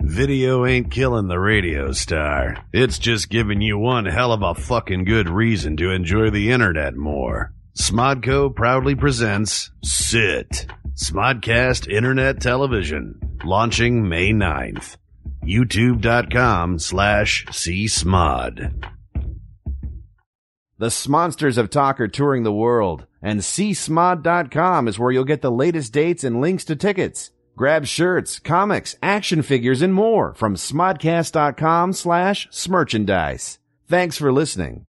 Video ain't killing the radio star. It's just giving you one hell of a fucking good reason to enjoy the internet more. Smodco proudly presents SIT, Smodcast Internet Television, launching May 9th. YouTube.com slash CSmod. The Smonsters of Talk are touring the world, and csmod.com is where you'll get the latest dates and links to tickets. Grab shirts, comics, action figures, and more from smodcast.com slash smerchandise. Thanks for listening.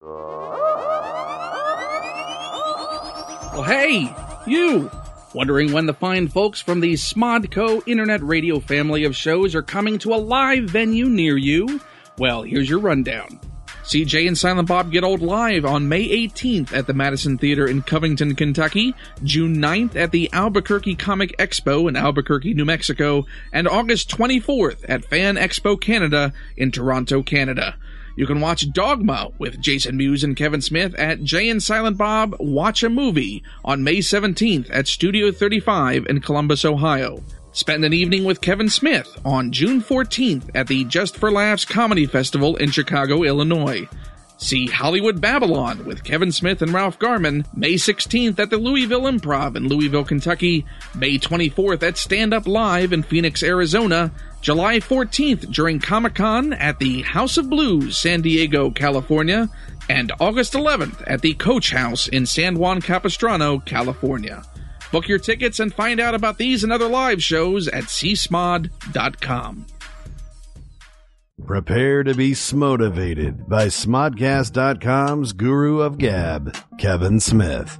Well, hey, you! Wondering when the fine folks from the Smodco Internet Radio family of shows are coming to a live venue near you? Well, here's your rundown. CJ and Silent Bob Get Old Live on May 18th at the Madison Theater in Covington, Kentucky, June 9th at the Albuquerque Comic Expo in Albuquerque, New Mexico, and August 24th at Fan Expo Canada in Toronto, Canada. You can watch Dogma with Jason Mewes and Kevin Smith at Jay and Silent Bob Watch a Movie on May 17th at Studio 35 in Columbus, Ohio. Spend an evening with Kevin Smith on June 14th at the Just for Laughs Comedy Festival in Chicago, Illinois. See Hollywood Babylon with Kevin Smith and Ralph Garman May 16th at the Louisville Improv in Louisville, Kentucky, May 24th at Stand Up Live in Phoenix, Arizona, July 14th during Comic Con at the House of Blues, San Diego, California, and August 11th at the Coach House in San Juan Capistrano, California. Book your tickets and find out about these and other live shows at csmod.com. Prepare to be smotivated by Smodcast.com's guru of gab, Kevin Smith.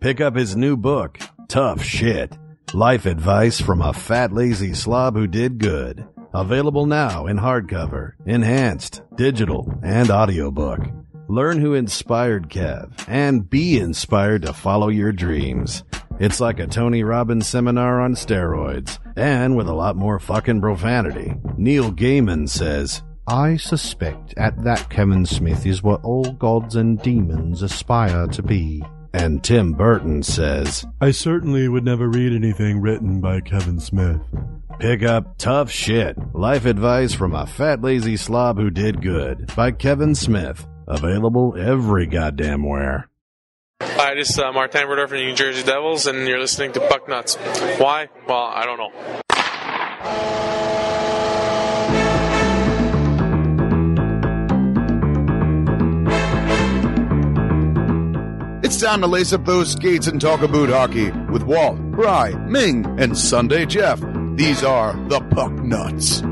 Pick up his new book, Tough Shit Life Advice from a Fat Lazy Slob Who Did Good. Available now in hardcover, enhanced, digital, and audiobook. Learn who inspired Kev and be inspired to follow your dreams. It's like a Tony Robbins seminar on steroids, and with a lot more fucking profanity. Neil Gaiman says, I suspect at that Kevin Smith is what all gods and demons aspire to be. and Tim Burton says, I certainly would never read anything written by Kevin Smith. Pick up Tough Shit Life Advice from a Fat Lazy Slob Who Did Good by Kevin Smith. Available every goddamn where. Hi, this is uh, Martin Rudolph from the New Jersey Devils, and you're listening to Bucknuts. Why? Well, I don't know. It's time to lace up those skates and talk about hockey with Walt, Bry, Ming, and Sunday Jeff. These are the Puck Nuts.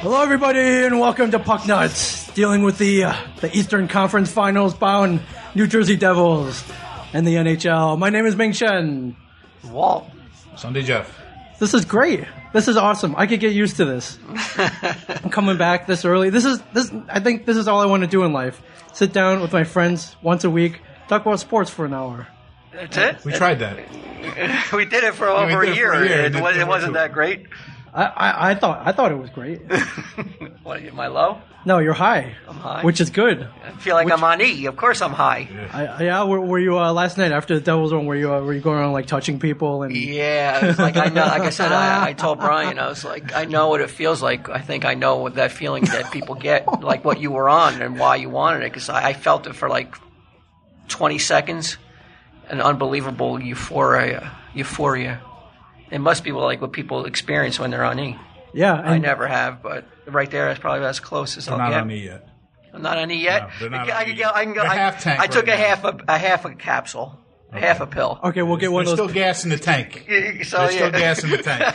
Hello, everybody, and welcome to Puck Nuts, dealing with the uh, the Eastern Conference Finals bound New Jersey Devils and the NHL. My name is Ming Shen. Wow, Sunday Jeff. this is great. This is awesome. I could get used to this. I'm coming back this early. This is this. I think this is all I want to do in life: sit down with my friends once a week, talk about sports for an hour. That's it. We tried that. We did it for we over did a it for year. a year, It, and it was, it didn't wasn't work. that great. I, I, I thought I thought it was great. What am I low? No, you're high, I'm high. which is good. I feel like I'm on E. Of course I'm high. I, I- yeah, were, were you uh, last night after the Devils one? Were you uh, were you going around like touching people and? Yeah, it was like I know. Like I said, I, I told Brian, I was like, I know what it feels like. I think I know what that feeling that people get, like what you were on and why you wanted it, because I, I felt it for like 20 seconds, an unbelievable euphoria. Euphoria. It must be like what people experience when they're on E. Yeah, I and- never have, but right there, that's probably as close as I'll Not get. on me yet. I'm not on E yet. No, they're not I, can- on I E can yet. go. I can go. They're I, half tank I took right a now. half a, a half a capsule, half a pill. Okay, we'll get one There's of still those. gas in the tank. Okay. So There's still Oh, yeah. gas in the tank.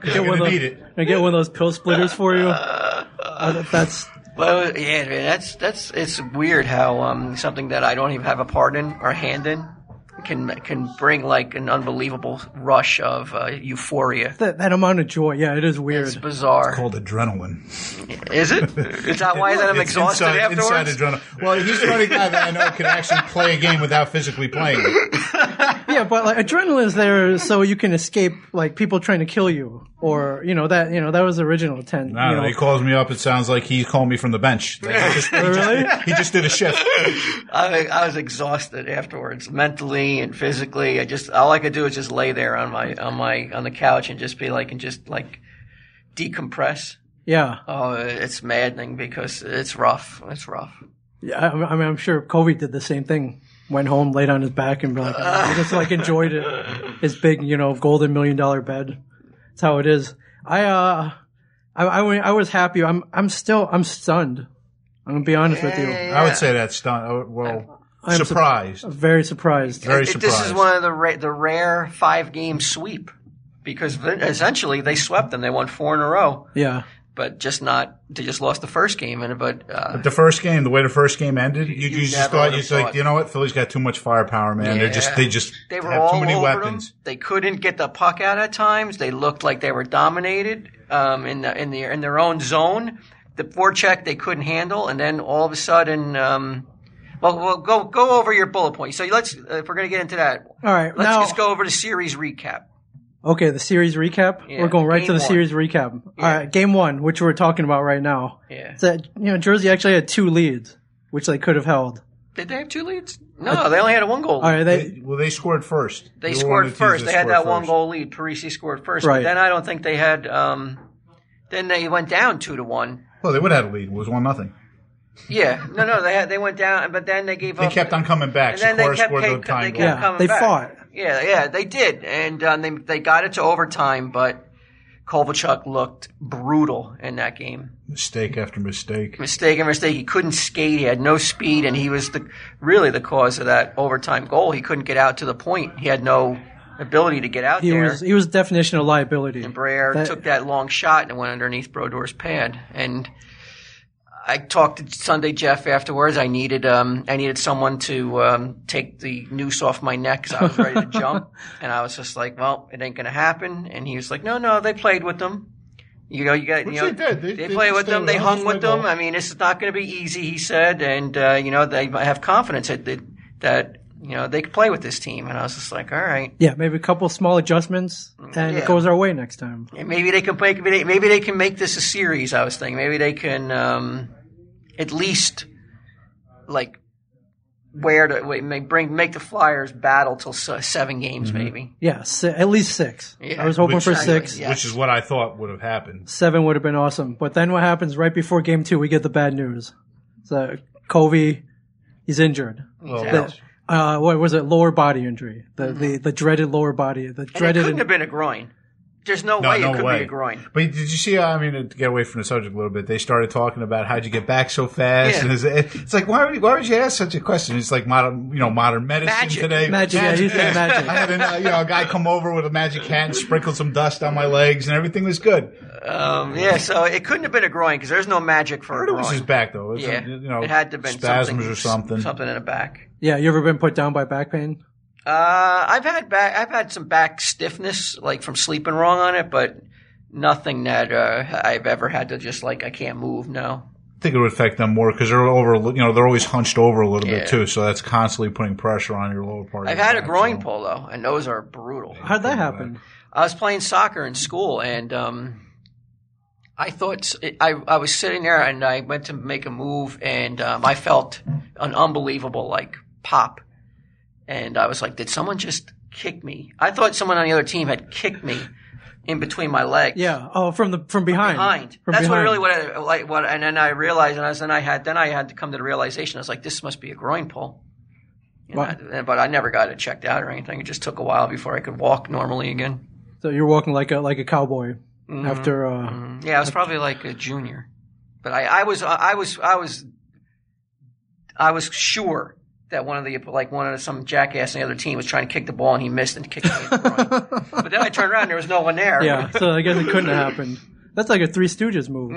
'Cause You're one gonna of need those- it. I get one of those pill splitters for you. Uh, that's Well, it was- yeah, man, that's that's it's weird how um, something that I don't even have a part in or hand in can can bring like an unbelievable rush of uh, euphoria. That, that amount of joy, yeah, it is weird. It's bizarre. Called adrenaline. Is it? Is that why that I'm It's exhausted inside, afterwards? Inside adrenaline. Well, he's the only guy that I know can actually play a game without physically playing it. yeah, but like adrenaline is there so you can escape like people trying to kill you or you know that you know that was the original intent. I you don't know. know. He calls me up. It sounds like he called me from the bench. He just, he just- Really? he just did a shift. I, I was exhausted afterwards, mentally and physically. I just all I could do is just lay there on my on my on the couch and just be like and just like decompress. Yeah, Oh, it's maddening because it's rough. It's rough. yeah. I, I mean, I'm sure Kobe did the same thing. Went home, laid on his back, and be like, "Ah, I just like enjoyed it. His big, you know, golden million dollar bed. That's how it is. I uh, I I, wa- I was happy. I'm I'm still I'm stunned. I'm gonna be honest with you. I would say that's done. I would- Well, I'm sur- surprised. Very surprised. Very It- it- surprised. This is one of the ra- the rare five game sweep because v- essentially they swept them. They won four in a row, Yeah. but just not. They just lost the first game, and but uh, the first game, the way the first game ended, you, you you just never thought would've you just like, thought. you know what, Philly's got too much firepower, man. They're just they just they were have all too many over weapons. them. They couldn't get the puck out at times. They looked like they were dominated um, in the in the in their own zone. The forecheck they couldn't handle, and then all of a sudden. Um, well, well, go go over your bullet points. So let's uh, if we're going to get into that, All right. let's now, just go over the series recap. Okay, the series recap. Yeah, we're going right to game the one. series recap. All right, game one, which we're talking about right now. Yeah. So, you know, Jersey actually had two leads, which they could have held. Did they have two leads? No, they only had a one All goal. right, they, They- well, they scored first. They were one scored of the teams first. They had scored that one first. goal lead. Parisi scored first. But Right. then I don't think they had. Um, then they went down two to one. Well, they would have had a lead. It was one nothing. Yeah. No, no. They had, they went down, but then they gave They up. kept on coming back. And then they Sikora kept, scored the kept, tying they kept goal. Yeah, coming they back. fought. Yeah, yeah, they did, and um, they they got it to overtime, but Kovalchuk looked brutal in that game. Mistake after mistake. Mistake and mistake. He couldn't skate. He had no speed, and he was the really the cause of that overtime goal. He couldn't get out to the point. He had no ability to get out he there. was he was definition of Mm-hmm. liability. Brayer That- took that long shot and it went underneath Brodor's pad. And I talked to Sunday Jeff afterwards. I needed um, I needed someone to um, take the noose off my neck because I was ready to jump. And I was just like, well, it ain't gonna happen. And he was like, no, no, they played with them. You know, you got Which you know, they did. They- they played with stayed them. They around, hung they with played them. well. I mean, it's not going to be easy, he said. And uh, you know, they have confidence that, that that you know they could play with this team. And I was just like, all right. yeah, maybe a couple small adjustments, and Mm. Yeah. it goes our way next time. And maybe they can make maybe they, maybe they can make this a series. I was thinking maybe they can um, at least like where to wait, make, bring make the Flyers battle till se- seven games Mm-hmm. maybe. Yeah, si- at least six. Yeah. I was hoping Which- for six. Yeah. Which is what I thought would have happened. Seven would have been awesome. But then what happens right before game two? We get the bad news. So Covey, he's injured. Well, Exactly. Uh, what was it? Lower body injury. The the, the dreaded lower body. The Mm-hmm. And it dreaded. couldn't have been a groin. There's no, No, way no it could way. be a groin. But did you see? how- I mean, to get away from the subject a little bit, they started talking about how'd you get back so fast, Yeah. and it's, it's like why would you, why would you ask such a question? It's like modern, you know, modern medicine Magic. today. Magic, yeah, you said magic. I had an, uh, you know, a guy come over with a magic hat and sprinkle some dust on my legs, and everything was good. Um, yeah, so it couldn't have been a groin because there's no magic for a But it was groin. his back though. It's, yeah, you know, it had to have been spasms something, or something. something in the back. Yeah, you ever been put down by back pain? Uh, I've had back, I've had some back stiffness, like from sleeping wrong on it, but nothing that uh, I've ever had to just like I can't move. No, I think it would affect them more because they're over, you know, they're always hunched over a little Yeah. bit too. So that's constantly putting pressure on your lower part. of I've your had a back, groin so- pull though, and those are brutal. How'd that happen? I was playing soccer in school, and um, I thought I I was sitting there, and I went to make a move, and um, I felt an unbelievable like pop, and I was like, did someone just kick me? I thought someone on the other team had kicked me in between my legs. Yeah. Oh, from the from behind. behind. From That's what behind. really what I like. What and then I realized, and I was then I had then I had to come to the realization. I was like, this must be a groin pull. And Wow. I- but I never got it checked out or anything. It just took a while before I could walk normally again. Mm-hmm. So you're walking like a like a cowboy after. Uh, Yeah, I was probably like a junior, but I, I was I was I was I was sure that one of the like one of the, some jackass on the other team was trying to kick the ball and he missed and kicked me. in the groin. but then I turned around, and there was no one there. Yeah. So I guess it couldn't have happened. That's like a Three Stooges move.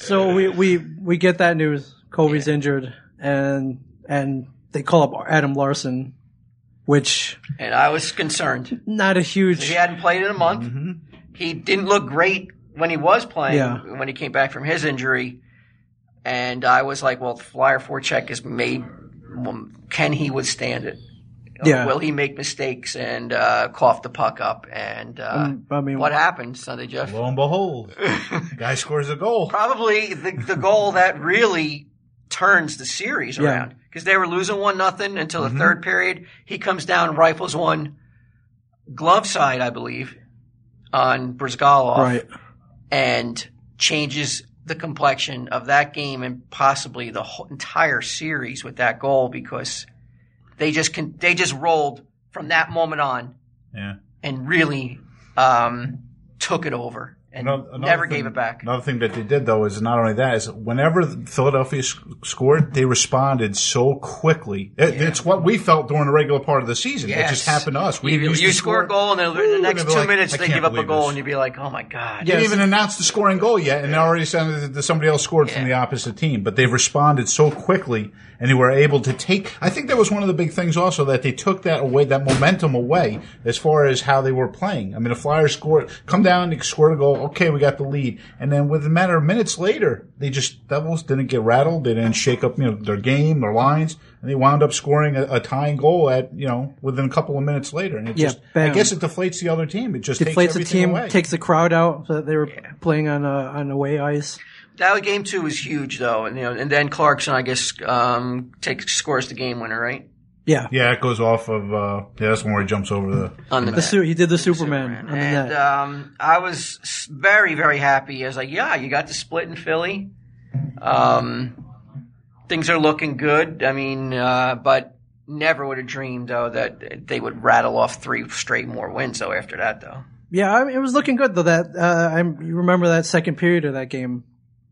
so we, we we get that news. Kobe's injured, and and they call up Adam Larson, which and I was concerned. not a huge. Mm-hmm. He hadn't played in a month. He didn't look great when he was playing. Yeah. When he came back from his injury, and I was like, "Well, the flyer forecheck is made. well, Can he withstand it? Yeah. Will he make mistakes and uh, cough the puck up? And uh, Um, I mean- what happened Sunday, Jeff? Lo and behold, guy scores a goal. Probably the, the goal that really turns the series Yeah. Mm-hmm. around because they were losing one nothing until the third period. He comes down, and rifles one, glove side, I believe, on Brzgalov, Right. and changes the complexion of that game and possibly the whole entire series with that goal because they just can they just rolled from that moment on Yeah. and really um, took it over and Ano- another never thing- gave it back. Another thing that they did though is not only that is whenever Philadelphia sc- scored, they responded so quickly. It, It's what we felt during the regular part of the season. It just Yes. happened to us. We you, you used to score a goal, and then in the Ooh, and next two they'd be like, minutes "I they can't give up a believe goal, this." and you'd be like, "Oh my god!" They didn't even announce the scoring goal yet, and they already said that somebody else scored from the opposite team. But they responded so quickly, and they were able to take. I think that was one of the big things also that they took that away, that momentum away, as far as how they were playing. I mean, the Flyers scored, come down, they scored a goal. Okay, we got the lead, and then within a matter of minutes later, they just Devils didn't get rattled. They didn't shake up, you know, their game, their lines, and they wound up scoring a, a tying goal at you know within a couple of minutes later. And it Yeah, just, I bam. guess it deflates the other team. It just takes deflates the everything team, away. takes the crowd out. So they were playing on uh, on away ice. That game two was huge though, and you know, and then Clarkson, I guess, um, takes scores the game winner, right? Yeah, Yeah, it goes off of. Uh, yeah, that's one where he jumps over the. On the the net. su- he did the Superman, on the and net. uh, um, I was s- very, very happy. I was like, "Yeah, you got the split in Philly. Um, things are looking good. I mean, uh, but never would have dreamed though that they would rattle off three straight more wins though after that though." yeah, I mean, it was looking good though. That uh, I you remember that second period of that game,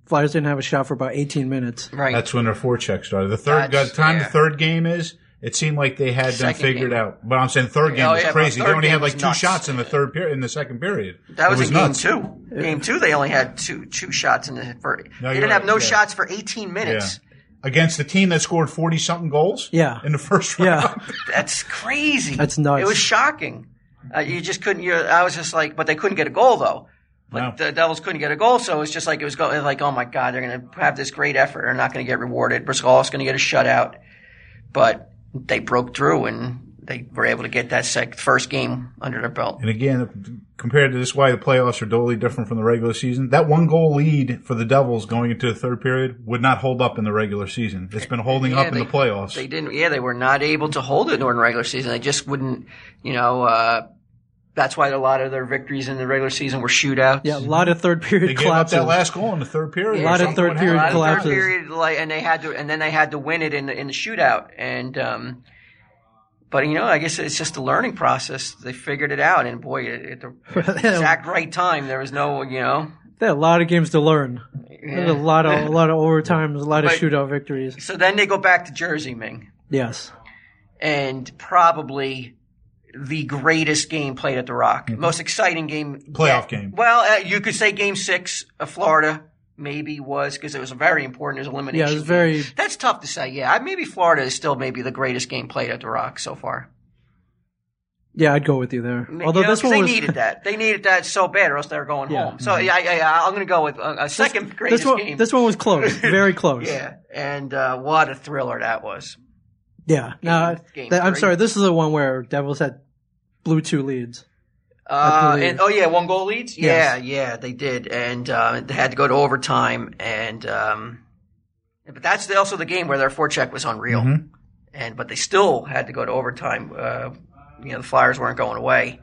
Flyers didn't have a shot for about 18 minutes. Right. That's when their forecheck started. The third That's- the time yeah. the third game is. It seemed like they had them Second figured game. out, but I'm saying third game Oh, was yeah, but crazy. They third only game had like was two nuts. shots in the third period, in the second period. That It was, in game nuts. two. Game two, they only had two two shots in the first. No, they you're didn't have right, no yeah. shots for 18 minutes. against the team that scored forty something goals. Yeah. in the first round. Yeah, That's crazy. That's nuts. It was shocking. Uh, you just couldn't. you I was just like, but they couldn't get a goal though. But the Devils couldn't get a goal, so it was just like it was going like, oh my god, they're going to have this great effort, they're not going to get rewarded. Briscoe's going to get a shutout, but they broke through and they were able to get that sec- first game under their belt. And again, compared to this, why the playoffs are totally different from the regular season. That one goal lead for the Devils going into the third period would not hold up in the regular season. It's been holding Yeah, up in they- the playoffs. They didn't. Yeah, they were not able to hold it during the regular season. They just wouldn't. You know, uh, that's why a lot of their victories in the regular season were shootouts. yeah, a lot of third period Mm-hmm. They gave up collapses. that last goal in the third period. A lot of Something third would period happen. A lot of third collapses. period, like, and they had to, and then they had to win it in the in the shootout. And um, but you know, I guess it's just a learning process. They figured it out, and boy, at the exact right time, there was no, you know. They had a lot of games to learn. There's A Yeah. lot of a lot of overtimes, a lot of But- shootout victories. So then they go back to Jersey Ming, Yes, and probably the greatest game played at the Rock, Mm-hmm. most exciting game, Playoff yet. game. Well, uh, you could say Game Six of Florida. Maybe was because it was very important. It was elimination. yeah, it was very That's tough to say. Yeah, I- maybe Florida is still maybe the greatest game played at the Rock so far. yeah. I'd go with you there. You Although know, this 'cause one they was needed that. They needed that so bad, or else they were going Yeah. Mm-hmm. home. So yeah, yeah, yeah, I'm going to go with a, a second greatest this one game. this one was close, very close. yeah, and uh, what a thriller that was. Yeah. No, game that- I'm three. sorry. This is the one where Devils had blew two leads. Uh, believe. and oh yeah, one goal leads. Yeah, Yes. yeah, they did, and uh, they had to go to overtime. And um, but that's the, also the game where their forecheck was unreal, Mm-hmm. and but they still had to go to overtime. Uh, you know, the Flyers weren't going away,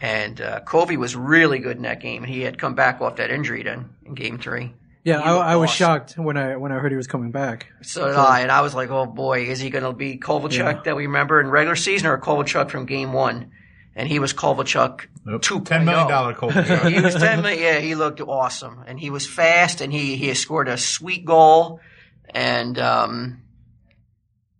and uh, Covey was really good in that game, and he had come back off that injury then in Game Three. Yeah, looked I, I was awesome. shocked when I when I heard he was coming back. So did I, and I was like, "Oh boy, is he going to be Kovalchuk that we remember in regular season, or Kovalchuk from Game One?" And he was Kovalchuk Nope. two Ten million dollar Colby. Yeah, he was ten million. Yeah, he looked awesome, and he was fast, and he he scored a sweet goal, and um,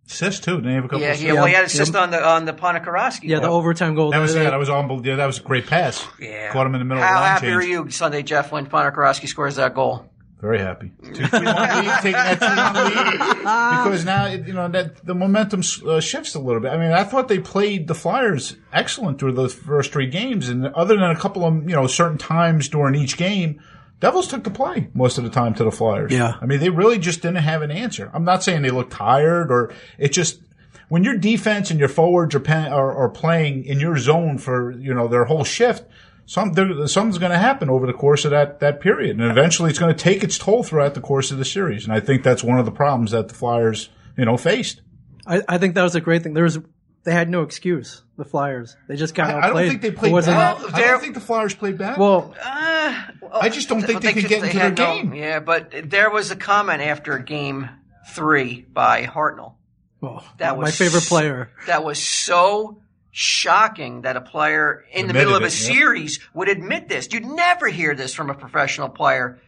Assist too. Didn't he have a couple Yeah, of he, assists? well, he had assist on the on the Ponikarovsky. Yeah, the goal. overtime goal. That was there. yeah, that was unbelievable. Yeah, that was a great pass. Yeah. Caught him in the middle of How the line happy change. are you Sunday, Jeff, when Ponikarovsky scores that goal? Very happy. taking that two-one lead because now it- you know that the momentum s- uh, shifts a little bit. I mean, I thought they played the Flyers excellent through those first three games, and other than a couple of you know certain times during each game, Devils took the play most of the time to the Flyers. Yeah. I mean, they really just didn't have an answer. I'm not saying they looked tired or it just. When your defense and your forwards are, pen, are, are playing in your zone for you know their whole shift, some there- something's going to happen over the course of that that period, and eventually it's going to take its toll throughout the course of the series. And I think that's one of the problems that the Flyers, you know, faced. I, I think that was a great thing. There was they had no excuse. The Flyers. They just got I, I outplayed. don't think they It played wasn't- bad. Well, I they're- don't think the Flyers played bad. Well, Uh, Uh, I just don't think they could get into their had no- game. yeah, but there was a comment after game three by Hartnell. well, That my was favorite s- player. That was so shocking that a player in the Admitted middle of a it, yeah. series would admit this. You'd never hear this from a professional player.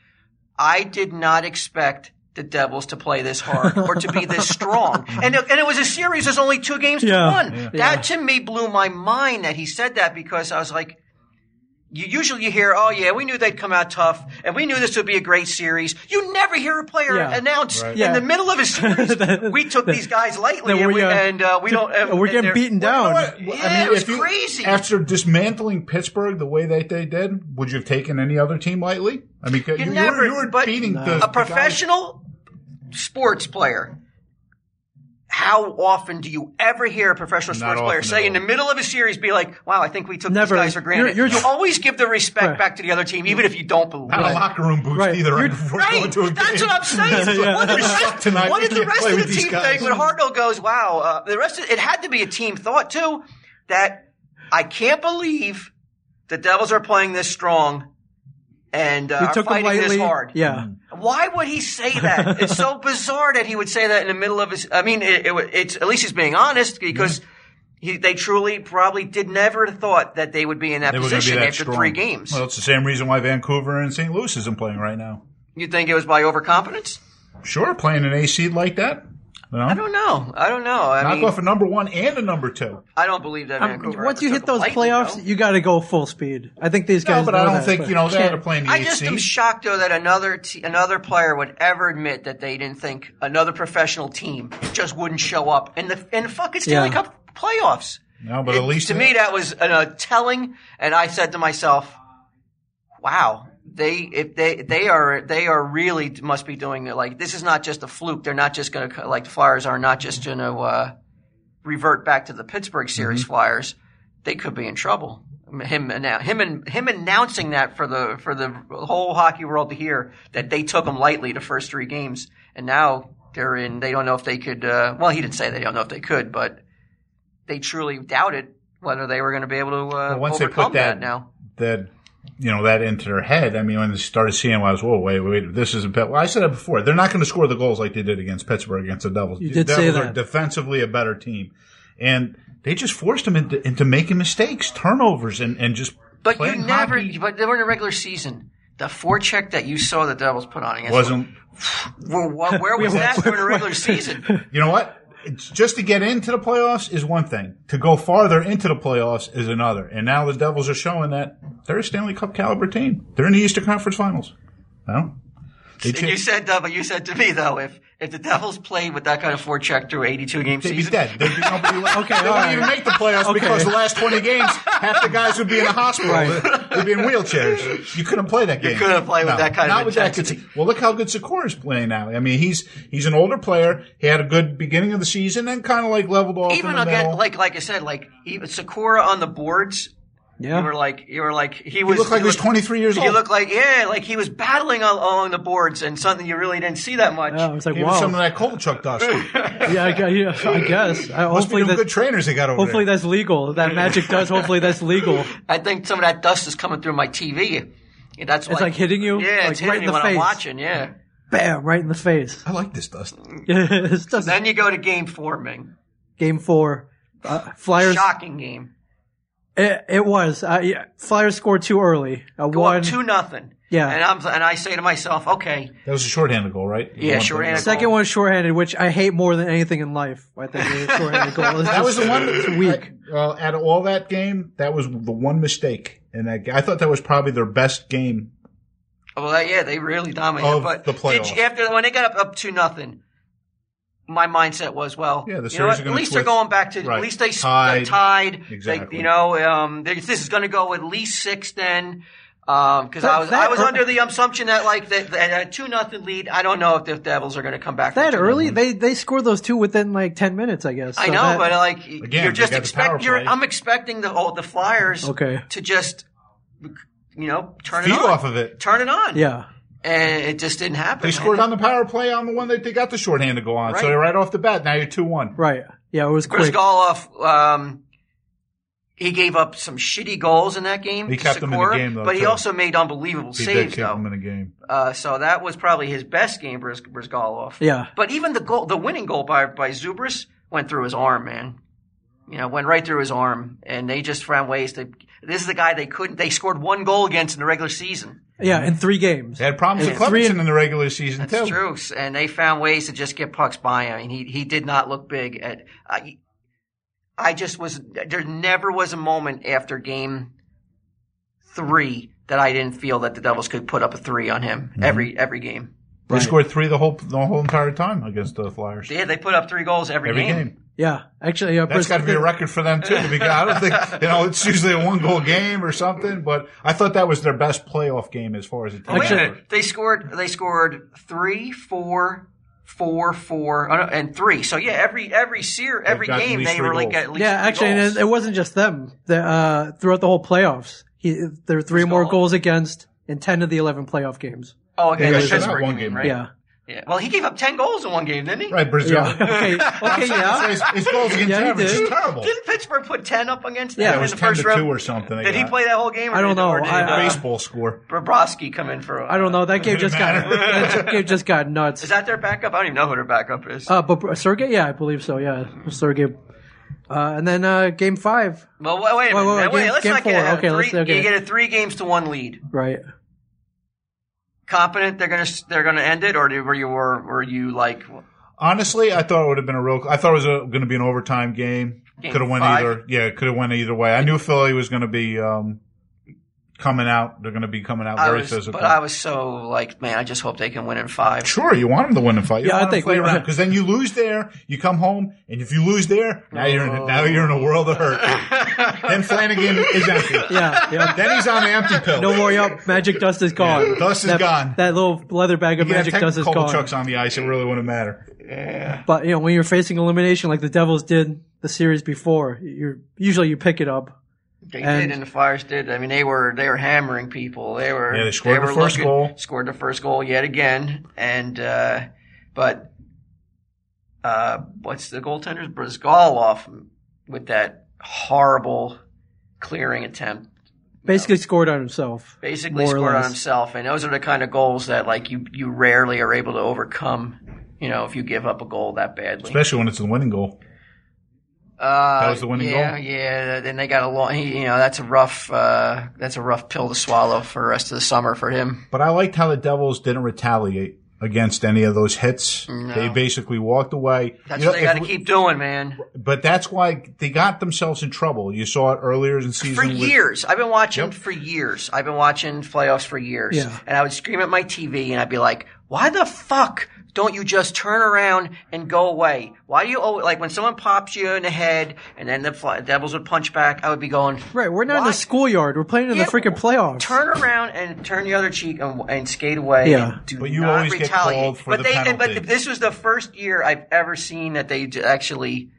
I did not expect the Devils to play this hard or to be this strong. And it, and it was a series. There's only two games Yeah. to one. That to me blew my mind that he said that because I was like, you usually you hear, oh yeah, we knew they'd come out tough, and we knew this would be a great series. You never hear a player Yeah. announce in Yeah. the middle of a series, we took these guys lightly, that and we, we, uh, and uh, we took- don't. And, we're getting and they're- beaten Well, down. you know what? Yeah, it was crazy. After dismantling Pittsburgh the way that they did, would you have taken any other team lightly? I mean, you, You you never- were, you were but beating the, a the guys- professional sports player. How often do you ever hear a professional sports player often say at in the middle of a series, "Be like, wow, I think we took Never. these guys for granted." You're- you you're- always give the respect Right. back to the other team, even if you don't believe. Not it. a locker room boost Right. either. You're- Right. before going Right. to a That's game. what I'm saying. Yeah. What did We the suck rest, tonight. what We did the can't rest play of the with these team guys. think when Hartnell goes, wow, uh, the rest of it had to be a team thought too that I can't believe the Devils are playing this strong and uh, We are took them fighting lightly. this hard. Mm-hmm. Yeah. Why would he say that? It's so bizarre that he would say that in the middle of his. I mean, it, it, it's at least he's being honest because he, they truly probably did never thought that they would be in that They were going to be position that after strong. three games. Well, it's the same reason why Vancouver and St. Louis isn't playing right now. you think it was by overconfidence? Sure, playing an A seed like that. You know? I don't know. I don't know. I Knock mean, off a number one and a number two. I don't believe that I'm- Vancouver. Um, once you ever hit took those lightly, playoffs, though. you got to go full speed. I think these guys. No, but I don't think, you know, that. they're but- playing the I eighth just am seed. shocked though that another te- another player would ever admit that they didn't think another professional team just wouldn't show up in the in the fucking Stanley Yeah. Cup playoffs. No, but at It- least to me that was a uh, telling, and I said to myself, "Wow, they if they they are they are really must be doing it like this is not just a fluke. They're not just going to like the Flyers are not just going to uh, revert back to the Pittsburgh series Flyers. They could be in trouble." Him annou- him and him announcing that for the for the whole hockey world to hear that they took them lightly the first three games, and now they're in. They don't know if they could. Uh, well, he didn't say they don't know if they could, but they truly doubted whether they were going to be able to uh, Well, once they put overcome that- that, now. that you know that into their head. I mean, when they started seeing, I was whoa, wait, wait, this isn't. Pit-. Well, I said it before. They're not going to score the goals like they did against Pittsburgh against the Devils. You The did say Devils that. Are defensively a better team, and they just forced them into, into making mistakes, turnovers, and and just. But you playing never. hockey But they were in the regular season. The forecheck that you saw the Devils put on against wasn't. Where, where, where was that during the regular season? You know what? It's just to get into the playoffs is one thing. To go farther into the playoffs is another. And now the Devils are showing that they're a Stanley Cup caliber team. They're in the Eastern Conference Finals. No, they And you said, uh, but you said to me though, if if the Devils played with that kind of forecheck through eighty-two game They'd be season, dead. There'd be nobody left. okay, they wouldn't even make the playoffs because the last 20 games, half the guys would be in a hospital. They'd be in wheelchairs. You couldn't play that game. couldn't play with that kind of not with that intensity. good- Well, look how good Sakura's playing now. I mean, he's he's an older player. He had a good beginning of the season and kind of like leveled off. in even the again, middle. like like I said, like even Sakura on the boards. Yeah. You were like, you were like, he was. he looked like he was 23 years You old. look like, yeah, like he was battling al- along the boards, and something you really didn't see that much. Yeah, I was like, Give him wow. some of that Kovalchuk dust. yeah, I, gu- yeah, I guess. I, Must be hopefully, them that, good trainers they got over hopefully there. that's legal. That magic does. Hopefully, that's legal. I think some of that dust is coming through my TV. Yeah, that's It's like hitting you, Yeah, like it's right hitting in me the when I'm face. watching. Yeah. Bam! Right in the face. I like this dust. This doesn't- Then you go to game four, Ming. game four. Uh, Flyers. Shocking game. It, it was. Uh, yeah, Flyers scored too early. Uh, Go one, up two nothing. Yeah. and I'm and I say to myself, okay, That was a shorthanded goal, right? Yeah, shorthanded goal. Second one shorthanded, which I hate more than anything in life. I think is a shorthanded goal. It's That was just- the one It's weak. Well, out of all that game, that was the one mistake, and that, I thought that was probably their best game. well, that- yeah, they really dominated. Of but the did you, playoff. after when they got up up two nothing, my mindset was, well, Yeah, the you know series what? are At gonna least they're switch. going back to Right. at least they s- Tied. they're tied. They, Exactly. you know, um, they- this is going to go at least six then. Because I was that I was ear- under the assumption that like that, that a two nothing lead. I don't know if the Devils are going to come back from That 2-0. Mm-hmm. early, they they scored those two within like ten minutes, I guess. I So know, that- but uh, like Again, you're they just got the power expect. You're, play. I'm expecting the oh, the Flyers Okay. to just you know turn Feed it on. off of it. turn it on. yeah, and it just didn't happen. They scored on the power play on the one that they got the shorthanded goal on. Right. So right off the bat, now you're two one. right. Yeah, it was Chris quick. Goloff, um, he gave up some shitty goals in that game. He to kept them in the Sikora, game, though, but he too. also made unbelievable They did saves keep them though. in the game. Uh, so that was probably his best game, Briz- Brizgalov. Yeah. But even the goal, the winning goal by by Zubris went through his arm, man. You know, went right through his arm, and they just found ways to. This is the guy they couldn't. They scored one goal against in the regular season. Yeah, in three games. They had problems with Three Clemenson and- in the regular season That's too. true, and they found ways to just get pucks by him. And he he did not look big. At I, I just was there. Never was a moment after game three that I didn't feel that the Devils could put up a three on him Mm-hmm. every every game. They scored three the whole the whole entire time against the Flyers. Yeah, they put up three goals every, Every game. game. Yeah, actually, yeah, That's Chris- got to be a record for them too. To be, I don't think you know it's usually a one goal game or something, but I thought that was their best playoff game as far as a team. Wait a Actually- minute. Oh, They scored. They scored three, four, four, four, oh, no, and three. So yeah, every every seer, every got at game least they three really goals. get at least. Yeah, three actually, and goals. it, it wasn't just them. The, uh, throughout the whole playoffs, he, there were three more Goloff. goals against in ten of the eleven playoff games. oh, okay, They that's got shut out Pittsburgh, one you mean, game. right? Yeah. Yeah. Well, he gave up ten goals in one game, didn't he? Right, Brazil. Yeah. okay. Okay. So Yeah. his, his goals against Yeah, he average did. is terrible. Didn't Pittsburgh put ten up against Yeah, them It was in the ten first to round? two or something. they Did he got. play that whole game? Or I don't did, know. Or did I- uh, baseball score? Bobrovsky come in for? I don't know. That game just got matter. that game just got nuts. Is that their backup? I don't even know who their backup is. Uh, but Sergey, yeah, I believe so. Yeah, Sergey. Uh, and then uh, game five, well, wait, wait a wait, minute. wait, Wait, game- let's game not get four. ahead. Okay, let's- three, okay. You get a three games to one lead. right? Competent? They're gonna they're gonna end it, or did- were you were, were you like? Honestly, I thought it would have been a real. I thought it was going to be an overtime game. Game Could have went five? either. Yeah, could have went either way. I knew Philly was going to be um, coming out. They're going to be coming out I very was, physical. but I was so like, man, I just hope they can win in five. Sure, you want them to win and fight. You Yeah, I want 'em to think play we- around because then you lose there, you come home, and if you lose there, now you're in a, now you're in a world of hurt. then Flanagan is empty. Yeah, yeah. Then he's on the empty pill. No more. Yep, magic dust is gone. Dust is that, gone. That little leather bag of You could magic have dust is technical gone. trucks on the ice. It really wouldn't matter. But you know, when you're facing elimination like the Devils did the series before, you're usually you pick it up. They And- did, and the Flyers did. I mean, they were they were hammering people. They were Yeah, they scored the were first goal. Scored the first goal yet again, and uh, but uh, what's the goaltender's Brizgalov with that horrible clearing attempt? Basically, scored on himself. Basically, More or scored on less. himself, and those are the kind of goals that like you you rarely are able to overcome. You know, if you give up a goal that badly. Especially when it's a winning goal. Uh, That was the winning yeah, goal? Yeah, Then they got a long. He, you know, that's a rough. Uh, that's a rough pill to swallow for the rest of the summer for him. But I liked how the Devils didn't retaliate against any of those hits. They basically walked away. That's You know, what they if got to we- keep doing, man. But that's why they got themselves in trouble. You saw it earlier in the season. For with- years, I've been watching for years. I've been watching playoffs for years, Yeah. and I would scream at my TV, and I'd be like, "Why the fuck don't you just turn around and go away? Why do you always like when someone pops you in the head, and then the Fly- Devils would punch back? I would be going, Right, we're not in Why? the schoolyard. We're playing in Yeah, the freaking playoffs. turn around and turn the other cheek and, and skate away. Yeah. and do But you not always get retaliate. called for but the they, and- But penalty. this was the first year I've ever seen that they d- actually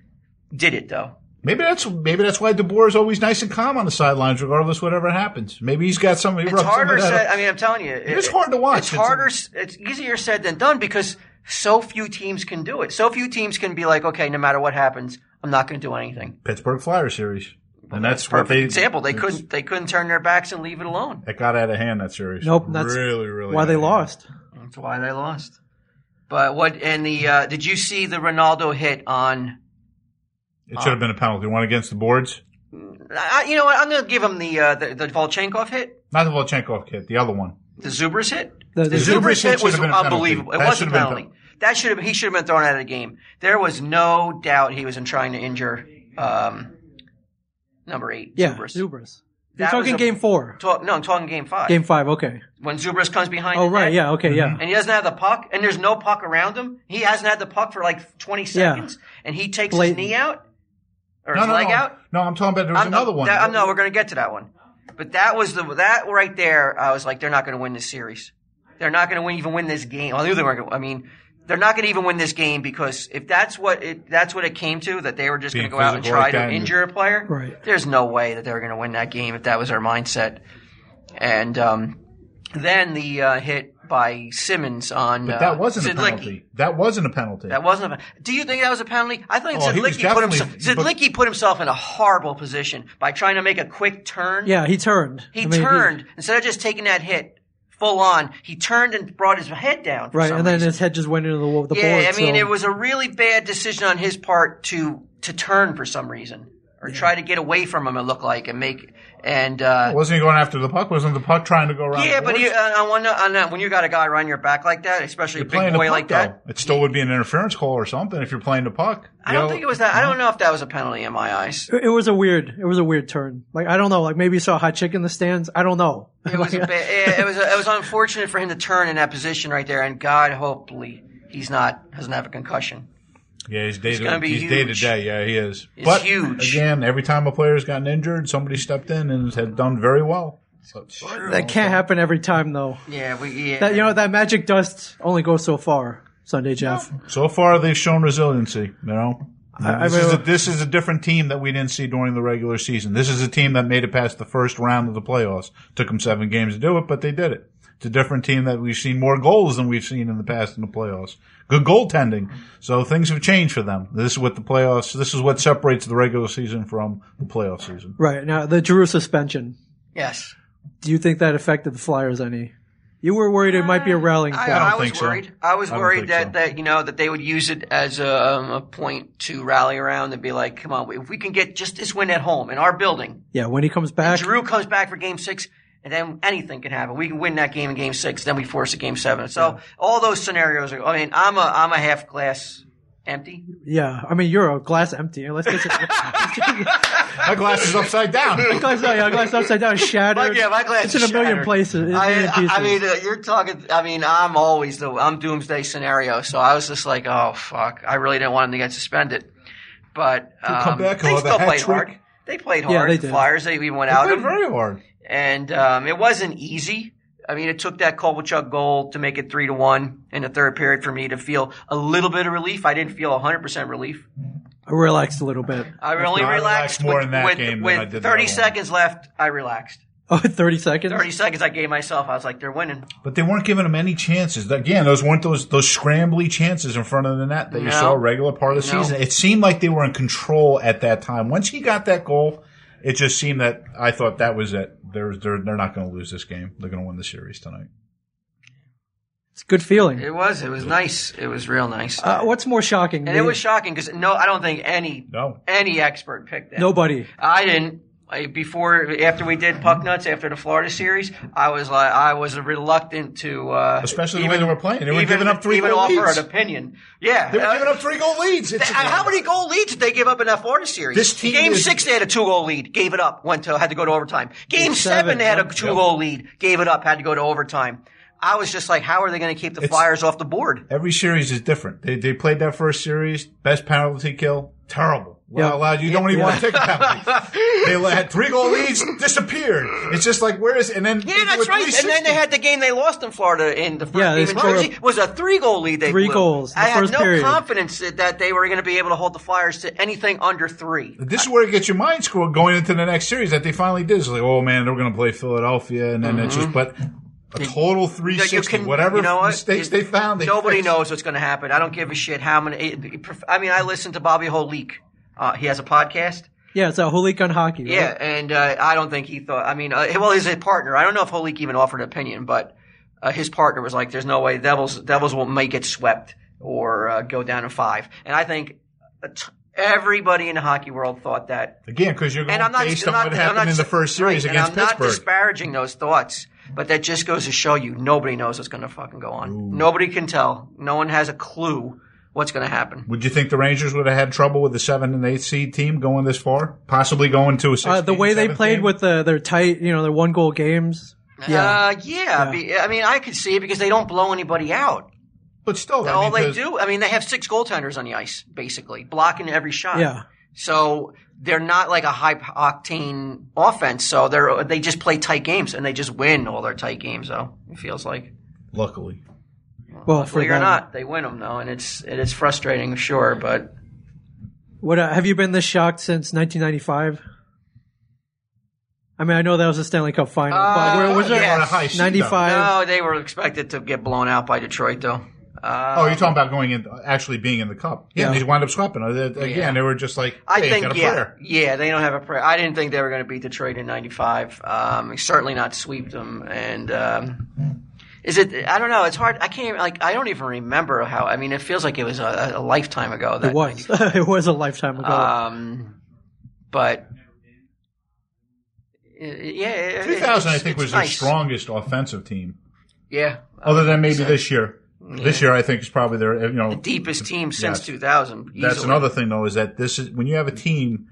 did it, though. Maybe that's maybe that's why DeBoer is always nice and calm on the sidelines, regardless whatever happens. Maybe he's got some. he It's rubbed some of harder that said. up. I mean, I'm telling you, It's hard to watch. It's It's- harder. s- It's easier said than done because so few teams can do it. So few teams can be like, okay, no matter what happens, I'm not going to do anything. Pittsburgh Flyer series, and that's what Perfect they example. They it's- couldn't. They couldn't turn their backs and leave it alone. It got out of hand that series. Nope, that's really really Why out they of hand. lost? That's why they lost. But what? And the uh, did you see the Ronaldo hit on? It should have been a penalty. One against the boards. I, you know what? I'm going to give him the, uh, the the Volchenkov hit, Not the Volchenkov kid, the other one. the Zubris hit. The- The, the Zubris Zubris hit hit was should've been a penalty. unbelievable. It That was a should've been a penalty. That should have he should have been thrown out of the game. There was no doubt he was in trying to injure um, number eight. Yeah, Zubris. Zubris. You're That talking was a- game four. Talk- no, I'm talking game five. Game five, okay. when Zubris comes behind. Oh, the right, net, yeah, okay, yeah. And he doesn't have the puck, and there's no puck around him. He hasn't had the puck for like 20 seconds, and he takes Blatant. his knee out or No, his no, leg no. out. No, I'm talking about there was I'm- another one. that- I'm- no, we're going to get to that one. But that was the that right there. I was like, they're not going to win this series. They're not going to win, even win this game. Well, I knew they weren't. Gonna, I mean, they're not going to even win this game because if that's what it that's what it came to, that they were just going Being to go out and physical try like to that and- injure a player. Right. There's no way that they were going to win that game if that was their mindset. And um, then the uh, hit by Simmons on but uh, that wasn't a Sedlicki. penalty. That wasn't a penalty. That wasn't a. Do you think that was a penalty? I think Oh, he was Zidlicky put definitely- himself. Zidlicky put himself in a horrible position by trying to make a quick turn. Yeah, he turned. He I mean, turned instead of just taking that hit full on. He turned and brought his head down. For right, some and then reason. his head just went into the, wo- the yeah, board. I mean, so- it was a really bad decision on his part to to turn for some reason or try to get away from him. It looked like and make and. uh Wasn't he going after the puck? Wasn't the puck trying to go around? yeah, the but boards? you, uh, on one, on that, when you got a guy around your back like that, especially a You're big playing the boy puck, like that, though. It still would be an interference call or something if you're playing the puck. I don't think it was Mm-hmm. that. I don't know if that was a penalty in my eyes. It- it was a weird. It was a weird turn. Like I don't know. Like maybe you saw a hot chick in the stands. I don't know. It was, a bit, it, it was it was unfortunate for him to turn in that position right there, and God, hopefully he's not doesn't have a concussion. Yeah, he's day gonna to be he's day to huge. day. Yeah, he is. It's but huge. again, every time a player's gotten injured, somebody stepped in and has done very well. So- that can't happen every time though. Yeah, we yeah. That you know that magic dust only goes so far. Sunday Jeff. So far, they've shown resiliency. You know, I- I this, is a, mean- this is a different team that we didn't see during the regular season. This is a team that made it past the first round of the playoffs. Took them seven games to do it, but they did it. It's a different team that we've seen more goals than we've seen in the past in the playoffs. Good goaltending. So things have changed for them. This is what the playoffs. This is what separates the regular season from the playoff season. Right now the Drew suspension. yes. Do you think that affected the Flyers any? You were worried it might be a rallying Uh, I, cry. I, don't was think so. worried. I was I don't worried think that, so. that you know that they would use it as a, um, a point to rally around and be like, "Come on, if we can get just this win at home in our building, yeah, when he comes back, Drew comes back for Game Six, and then anything can happen. We can win that game in Game Six, then we force a Game Seven. So all those scenarios are. I mean, I'm a I'm a half glass empty. yeah. I mean, you're a glass empty. Let's get to My glass is upside down. glass, yeah, glass upside down, shattered. Like, yeah, my glass It's is in a million shattered. places. in a I, million I- I pieces. mean, uh, you're talking. I mean, I'm always the I'm doomsday scenario. So I was just like, oh fuck, I really didn't want him to get suspended. But um, come back, they he'll have a still hat played trick. hard. They played Yeah, hard. they the did. Flyers. They even went out. Played of very hard. and um, it wasn't easy. I mean, it took that Kovalchuk goal to make it three to one in the third period for me to feel a little bit of relief. I didn't feel 100% relief. I relaxed a little bit. I only I relaxed relaxed more with, in that with, game than with I did the 30 other one. seconds left. I relaxed. Oh, 30 seconds? 30 seconds I gave myself. I was like, they're winning. But they weren't giving him any chances. Again, those weren't those those scrambly chances in front of the net that you No. saw a regular part of the No. season. It seemed like they were in control at that time. Once he got that goal, it just seemed that I thought that was it. They're they're, they're not going to lose this game. They're going to win the series tonight. It's a good feeling. It was. It was nice. It was real nice. Uh, what's more shocking? and it the- was shocking because no, I don't think any No, any expert picked that. Nobody. I didn't. I, before, after we did Puck Nuts after the Florida series, I was like, I was reluctant to, uh, especially the way they were playing. They were giving up three even goal offer leads. an opinion. Yeah, They were Uh, giving up three goal leads. It's th- how many goal leads did they give up in that Florida series? This team Game is- six, they had a two goal lead, gave it up, went to had to go to overtime. seven, Game seven, they had a yeah. two goal lead, gave it up, had to go to overtime. I was just like, how are they going to keep the Flyers off the board? Every series is different. They, they played that first series, best penalty kill, terrible. Well, Yeah. allowed you don't even want to take a penalty. they la- had three goal leads, disappeared. It's just like where is and then Yeah, that's right. And then they had the game they lost in Florida in the first Yeah, they game in scored Jersey was a three goal lead. They Three blew. goals in the I had first no period. confidence that, that they were going to be able to hold the Flyers to anything under three. This is where it gets your mind screwed going into the next series that they finally did. It's like, oh man, they're going to play Philadelphia, and then it's just but a total three that Mm-hmm. you sixty. can- Whatever you know what? mistakes It- they found, they nobody fixed. knows what's going to happen. I don't give a shit how many. it- it- prof- I mean, I listen to Bobby Holik. Uh, he has a podcast. Yeah, it's a Holik on hockey. right? Yeah, and uh, I don't think he thought. I mean, uh, well, his partner. I don't know if Holik even offered an opinion, but uh, his partner was like, "There's no way Devils Devils will make it swept or uh, go down to five. And I think a t- Everybody in the hockey world thought that. Again, because you're going And I'm not based I'm on not- what I'm happened not- in the first series right, against and I'm Pittsburgh. not disparaging those thoughts, but that just goes to show you nobody knows what's going to fucking go on. Nobody can tell. No one has a clue what's going to happen. Would you think the Rangers would have had trouble with the seven and eight seed team going this far? Possibly going to a six. Uh, the way they played with the, their tight, you know, their one goal games. Yeah. Uh, yeah. be- I mean, I could see it because they don't blow anybody out. But still, all they because- do, I mean, they have six goaltenders on the ice, basically blocking every shot. Yeah. So they're not like a high octane offense. So they're they just play tight games and they just win all their tight games. Though it feels like. Luckily. Well, for Believe it or them. not, they win them though, and it's it is frustrating, sure, but What uh, have you been this shocked since 1995? I mean, I know that was the Stanley Cup final, Uh, but where was it? Oh, yes. 95. No, oh, they were expected to get blown out by Detroit though. Uh, Oh, you're talking about going in, actually being in the cup. Yeah, Yeah. they wound up swapping. Uh, they- Again, Yeah. they were just like, I they ain't think got a yeah, player. yeah, they don't have a prayer. I didn't think they were going to beat Detroit in '95. Um, certainly not sweep them. And um, is it? I don't know. It's hard. I can't even, like. I don't even remember how. I mean, it feels like it was a, a lifetime ago. That It was. it was a lifetime Uh, ago. Um, but uh, yeah, it- 2000, I it's- think, it's was their nice. strongest offensive team, Yeah, other than maybe this year. This Yeah. year, I think, is probably their you know deepest team since Yes. 2000. That's easily. another thing, though, is that this is when you have a team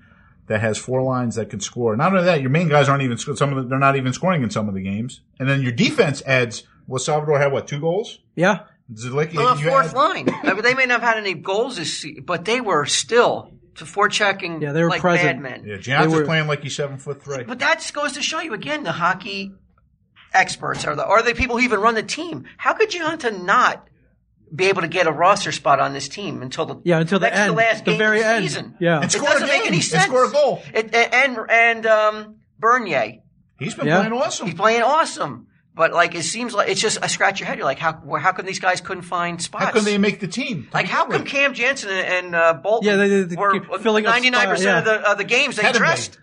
that has four lines that can score. Not only that, your main guys aren't even sc- some of the, they're not even scoring in some of the games, and then your defense adds. Well, Salvador had what two goals? yeah. Zelicki, Well, the you Uh, fourth add- line. I mean, they may not have had any goals this season, but they were still to forechecking. Yeah, they were like present. madmen. Yeah, Giannis They is were- playing like he's seven foot three. But that goes to show you again the hockey experts are the are the people who even run the team. How could Gianta not be able to get a roster spot on this team until the Yeah, until the next to end. last The game very of the end. season? Yeah. it And score a doesn't make game. any And sense. score a goal. It, and and um, Bernier, He's been Yeah. playing awesome. he's playing awesome. But like it seems like it's just I scratch your head. You're like, how well, how come these guys couldn't find spots? How can they make the team? Like how come Cam Jansen and, and uh, Bolton Yeah, they- they- they were keep filling a ninety nine percent of spot, yeah. the of the games they Had 'em dressed?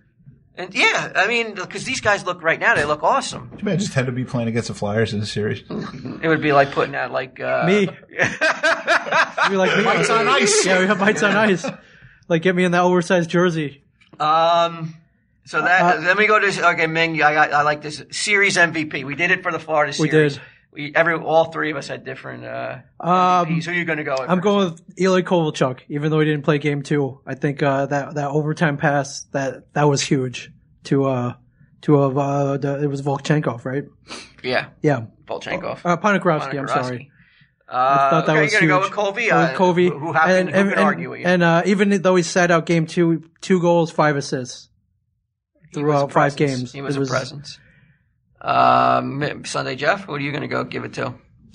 And yeah, I mean, because these guys look right now, they look awesome. Too bad just had to be playing against the Flyers in the series. It would be like putting out like uh, Me. We like me. Bites on ice. Yeah, we have bites on ice. Like, get me in that oversized jersey. Um, so that Uh, let me go to okay, Ming. I got I like this series MVP. We did it for the Florida We series. did. We every all three of us had different. Uh, Um, MVPs. Who are you going to go? With I'm first? going with Eli Kovalchuk, even though he didn't play game two. I think uh, that that overtime pass that that was huge to uh to uh, uh the, it was Volchenkov, right? Yeah, Yeah, Bolchenkov. uh, Ponikarovsky. I'm Ponikarovsky. sorry. I Uh, thought that okay, was you're huge. going to go with Colby. Go with uh, Covey. who, who happened, who could and, argue with you? and, uh, even though he sat out game two, two goals, five assists He was a throughout five presence. games. He was It a presence. Um, Sunday Jeff, who are you going to go give it to?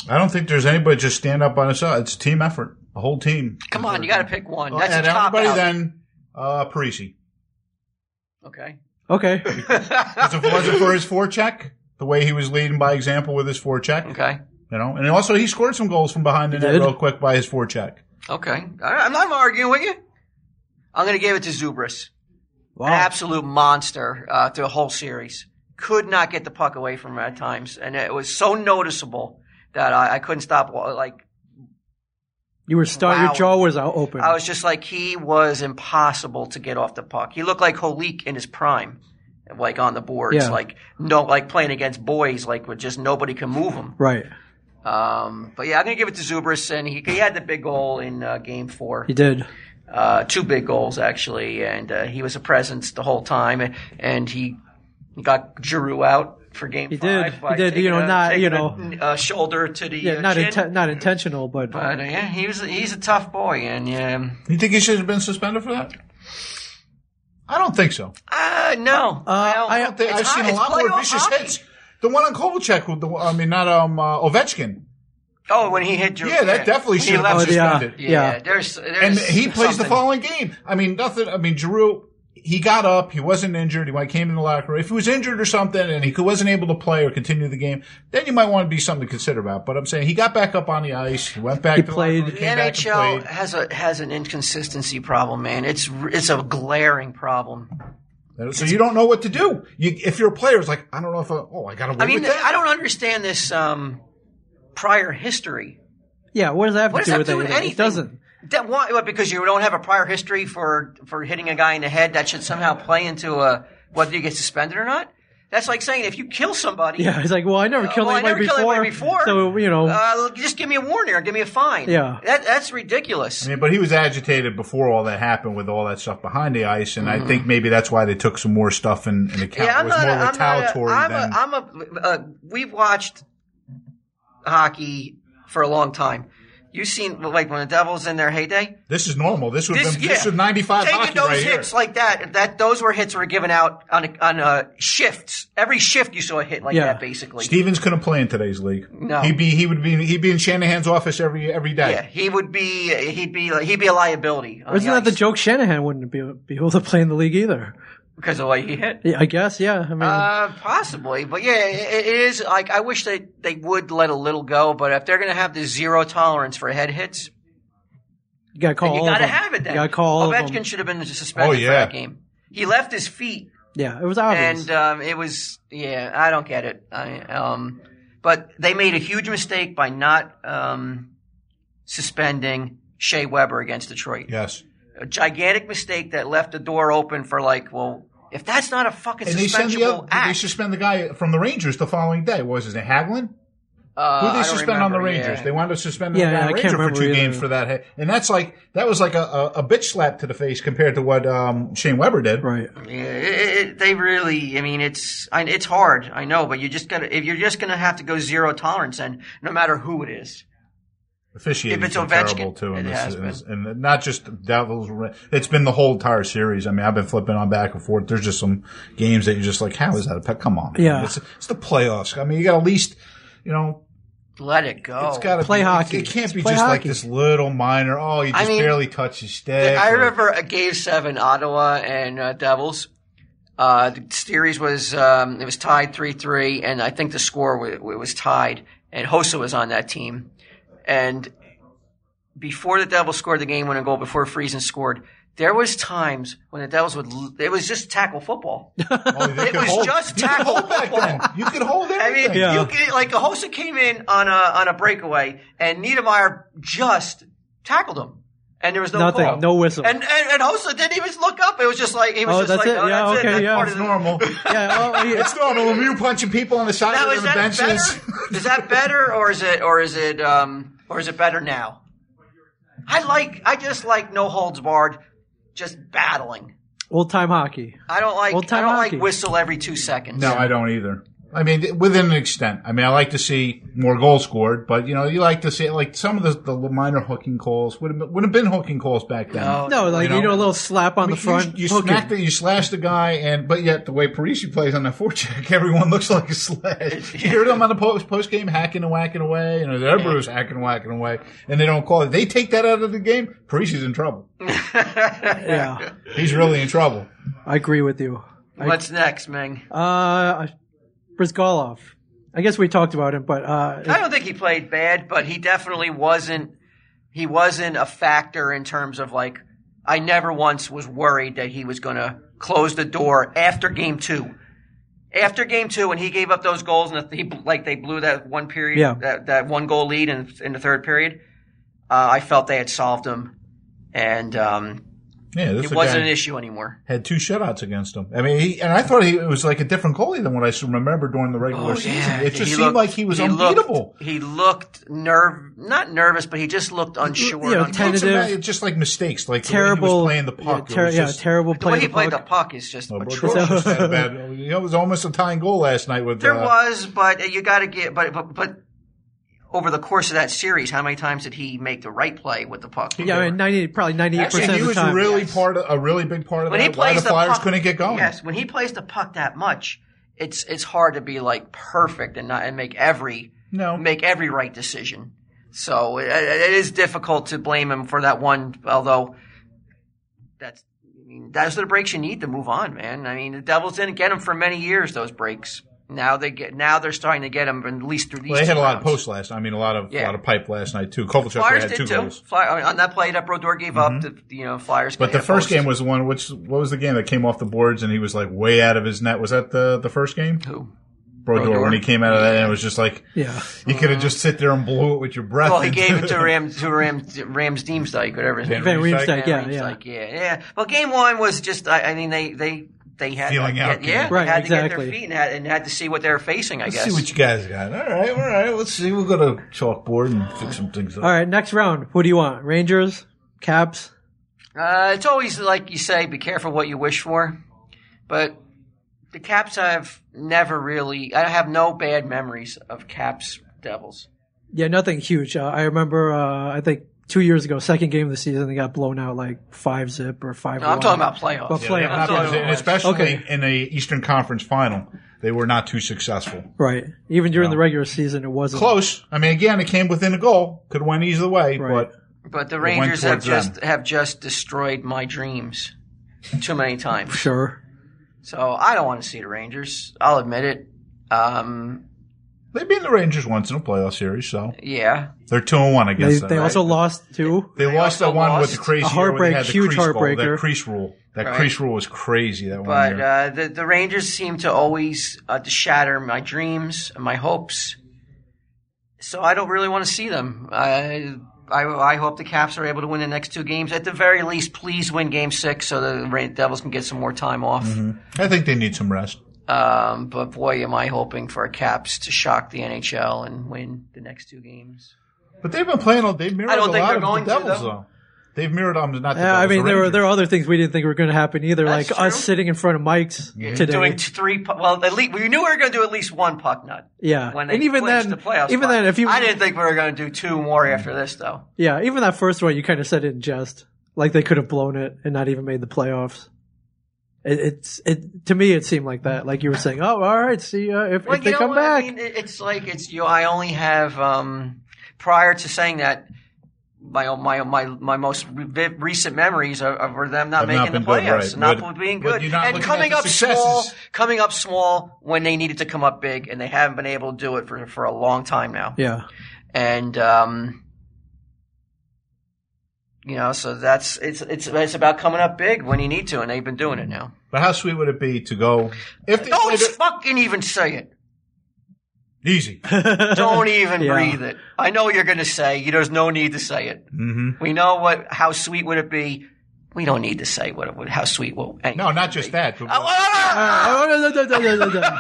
I don't think there's anybody just stand up on his own. It's a team effort. The whole team. Come on, you got to pick one. Well, That's a and top everybody out. then uh, Parisi. Okay. Okay, Was it, was it for his forecheck? The way he was leading by example with his forecheck, Okay. you know, and also he scored some goals from behind the net did. real quick by his forecheck. Okay. All right. I'm not arguing with you. I'm going to give it to Zubris. wow. An absolute monster uh, through the whole series. Could not get the puck away from him at times. And it was so noticeable that I, I couldn't stop. wa- Like, you were star. Wow. Your jaw was out open. I was just like, he was impossible to get off the puck. He looked like Holik in his prime, like on the boards, Yeah. like no, like playing against boys, like with just nobody can move him. right, Um, but yeah, I'm gonna give it to Zubris, and he, he had the big goal in uh, game four, he did. uh, two big goals actually, and uh, he was a presence the whole time, and, and he got Giroux out. For game He did. five, He by did, you taking know, a- not- you taking a, uh, shoulder to the Yeah, uh, not chin. inten- not intentional, but but uh, yeah, he was he's a tough boy, and um, yeah, You think he should have been suspended for that? I don't think so. Uh, no. no. I don't think, It's I've seen hot- a it's lot more playoff vicious hockey. hits. The one on Kovalchuk, with the, I mean, not um uh, Ovechkin. Oh, when he hit Drew. Yeah, that definitely When he should have left- been Oh, yeah. suspended. Yeah, Yeah. There's, there's and he plays the something. following game. I mean, nothing. I mean, Giroux. He got up. He wasn't injured. He might came in the locker room. If he was injured or something, and he could- wasn't able to play or continue the game, then you might want to be something to consider about. But I'm saying he got back up on the ice. He went back. He to the locker room, played. The came back and NHL played. has a has an inconsistency problem, man. It's r- it's a glaring problem. So you don't know what to do. You, if you're a player, it's like I don't know if I, oh I got to win I mean, with that. I don't understand this um, prior history. yeah, what does that have What to does do with that do with anything? anything? It doesn't. That, why, what, because you don't have a prior history for for hitting a guy in the head, that should somehow play into a, whether you get suspended or not. That's like saying if you kill somebody, Yeah, he's like, well, I never killed Uh, well, I anybody never killed before, anybody before. So you know, uh, just give me a warning or give me a fine. Yeah. that, that's ridiculous. I mean, but he was agitated before all that happened with all that stuff behind the ice, and I Mhm. think maybe that's why they took some more stuff in, in account. Yeah, it I'm was not. more a, I'm not. retaliatory A, I'm than a, I'm a. Uh, we've watched hockey for a long time. You've seen like when the Devils in their heyday. this is normal. This would This- have been this yeah. was 95 Taking hockey those right here. hits like that, that those were hits were given out on a, on uh shifts. Every shift you saw a hit like that, basically. Stevens couldn't play in today's league. No. he'd be he would be he'd be in Shanahan's office every every day. Yeah, he would be. He'd be. like- He'd be a liability on isn't the that ice the joke? Shanahan wouldn't be, be able to play in the league either. because of the way he hit. Yeah, I guess. Yeah, I mean, Uh, possibly, but yeah, it, it is like I wish they they would let a little go. But if they're going to have the zero tolerance for head hits, you gotta call. then you all of got to them. have it. Then You gotta call. all of Ovechkin them. should have been suspended Oh, for yeah. that game. He left his feet, Yeah, it was obvious. and um, it was yeah. I don't get it. I, um, but they made a huge mistake by not um, suspending Shea Weber against Detroit. Yes, a gigantic mistake that left the door open for like, well, if that's not a fucking and they send the suspensionable other, act, they suspend the guy from the Rangers the following day. What was his name Haglin? uh, Who I they don't suspend on the remember, Rangers? yeah. They wound up suspending Yeah, the yeah, I Ranger can't for remember two either. games for that, hit. and that's like that was like a, a, a bitch slap to the face compared to what um, Shane Weber did. Right. Yeah, it, it, they really. I mean, it's I, it's hard. I know, but you just got to if you're just gonna have to go zero tolerance, and no matter who it is, Officiating If it's Ovechkin, terrible too, and, it this, has and, this- and not just Devils. It's been the whole entire series. I mean, I've been flipping on back and forth. There's just some games that you're just like, how is that? a pe- Come on, man. Yeah. It's, it's the playoffs. I mean, you got at least, you know, let it go. it's got to Play be, hockey. It can't Let's be play just like hockey. this little minor. Oh, you I just mean, barely touch his stick. I or- remember a game seven, Ottawa and uh, Devils. Uh, the series was um, it was tied three three, and I think the score was, was tied. And Hossa was on that team, and before the Devils scored the game winning goal, before Friesen scored, there was times when the Devils would l- it was just tackle football. it could was Oh, hold- just you could tackle hold back football. then. You could hold I everything. mean, Yeah. you could, like Hossa came in on a on a breakaway, and Niedermeyer just tackled him, and there was no Nothing. call. No whistle. And, and and Hossa didn't even look up. It was just like he was Oh, just that's like, it? oh, Yeah, that's okay, it. That's yeah. part of It's the- normal. It's normal. When we were punching people on the side Now of is the that benches, better? Is that better, or is it, or is it, um, or is it better now? I like, I just like no holds barred, just battling. Old time hockey. I don't like, I Old-time don't hockey. like whistle every two seconds. No, I don't either. I mean, within an extent. I mean, I like to see more goals scored, but you know, you like to see like some of the, the minor hooking calls would have been, would have been hooking calls back then. Oh. No, like you know, a little slap Oh, on the front. You, you hook it. smack the, you slash the guy, and but yet the way Parisi plays on that forecheck, everyone looks like a slash. You hear them on the post post game hacking and whacking away, you know, their brews hacking and whacking away, and they don't call it. They take that out of the game. Parisi's in trouble. yeah, He's really in trouble. I agree with you. What's next, Ming? Uh, Brizgalov. I guess we talked about him, but uh, I don't think he played bad, but he definitely wasn't. He wasn't a factor in terms of like. I never once was worried that he was going to close the door after game two. After game two, when he gave up those goals and he like they blew that one period, Yeah. that, that one goal lead in, in the third period, uh, I felt they had solved him, and um, Yeah, this it guy- wasn't an issue anymore. had two shutouts against him. I mean, he, and I thought he it was like a different goalie than what I s- remember during the regular Oh, season. yeah. It just He seemed looked- like he was unbeatable. Looked, he looked nerve, not nervous, but he just looked unsure. yeah, and uncomfortable. It's tentative. about- it's just like mistakes, like terrible terrible playing the puck. Yeah, ter- it was yeah, just, terrible The way he play. played the puck is just atrocious. atrocious. Had a bad- you know, it was almost a tying goal last night with There uh, was, but you got to get, but, but but over the course of that series, how many times did he make the right play with the puck? Yeah, I mean, ninety probably ninety eight Actually, percent he of the was time. really part of, a really big part of when he that. Why plays the Flyers puck, couldn't get going. Yes, when he plays the puck that much, it's it's hard to be like perfect and not and make every no make every right decision. So it, it is difficult to blame him for that one, although that's. I mean, Those are the breaks you need to move on, man. I mean, the Devils didn't get him for many years. Those breaks. Now they get. Now they're starting to get him, at least through these. Well, they had two a lot of rounds. posts last. I mean, a lot of Yeah. a lot of pipe last night too. Kovalchuk Flyers had did two too. goals. Mm-hmm. Fly, I mean, on that play that Brodeur gave up, the, you know, Flyers. But the yeah, first posted. game was the one which what was the game that came off the boards and he was like way out of his net. Was that the the first game? Who? Brodeur when he came out of that, and it was just like, yeah, you could have just sit there and blew it with your breath. Well, he into gave it to it. Ram to Ram Rams Deemsdyke, whatever his Van name is. Riemsdyk? Van yeah, Riemsdyk, yeah. Riemsdyk, yeah, yeah. Well, game one was just, I, I mean, they they they had Feeling to out get, yeah, game. Right, had to get exactly. their feet and had, and had to see what they were facing. I Let's guess. see what you guys got. All right, all right. Let's see. We'll go to chalkboard and fix some things up. All right, next round. Who do you want? Rangers, Caps. Uh, it's always like you say, be careful what you wish for. But the Caps, I've never really, I have no bad memories of Caps Devils. Yeah, nothing huge. Uh, I remember. Uh, I think two years ago, second game of the season, they got blown out like five zip or five. No, I'm talking about playoffs. But Yeah, playoff, I'm talking yeah. about And especially Okay. in a Eastern Conference final, they were not too successful. Right. Even during the regular season, it wasn't Close. I mean, again, it came within a goal. Could have went either way, Right. but But the went Rangers have towards them. just have just destroyed my dreams too many times. Sure. So I don't want to see the Rangers. I'll admit it. Um, they've been the Rangers once in a playoff series, so yeah. they're two and one They, against them. they also lost two. They, lost also that one with lost. the crazy A heartbreak, year where they had the huge crease goal, heartbreaker. that crease rule. That Right. crease rule was crazy. That one But year. uh, the the Rangers seem to always uh, to shatter my dreams and my hopes. So I don't really want to see them. I, I I hope the Caps are able to win the next two games. At the very least, please win Game Six so the Ra- Devils can get some more time off. I think they need some rest. Um, but boy, am I hoping for Caps to shock the NHL and win the next two games. But they've been playing. all They've mirrored I don't a think lot they're of going to, the Devils, though. though. They've mirrored. I'm not. The Yeah, I Devils, the mean, there were there were Rangers. other things we didn't think were going to happen either, That's like true. us sitting in front of Mike's today. Doing t- three, pu- well, at least we knew we were going to do at least one puck nut. yeah, When they and even clinched then, the playoff even spot. then, if you I didn't think we were going to do two more after this, though. yeah, even that first one, you kind of said it in jest, like they could have blown it and not even made the playoffs. It, it's it to me, it seemed like that, like you were saying, oh, all right, see uh, if, Well, if they you know come what? back. I mean, It- it's like it's you. I only have um, prior to saying that. My my my my most re- recent memories are, are were them not Have making not the been good, playoffs, right. not But- being but good, you're not and looking coming at the up small, successes. coming up small when they needed to come up big, and they haven't been able to do it for for a long time now. yeah, And um, you know, so that's it's it's it's about coming up big when you need to, and they've been doing it now. But how sweet would it be to go if they Don't played it- fucking even say it. easy? Don't even Yeah. breathe it. I know what you're going to say. You, there's no need to say it. Mm-hmm. We know what. How sweet would it be? We don't need to say what it would. How sweet will? No, not just that. but- Oh, no, no, no, no, no, no, no.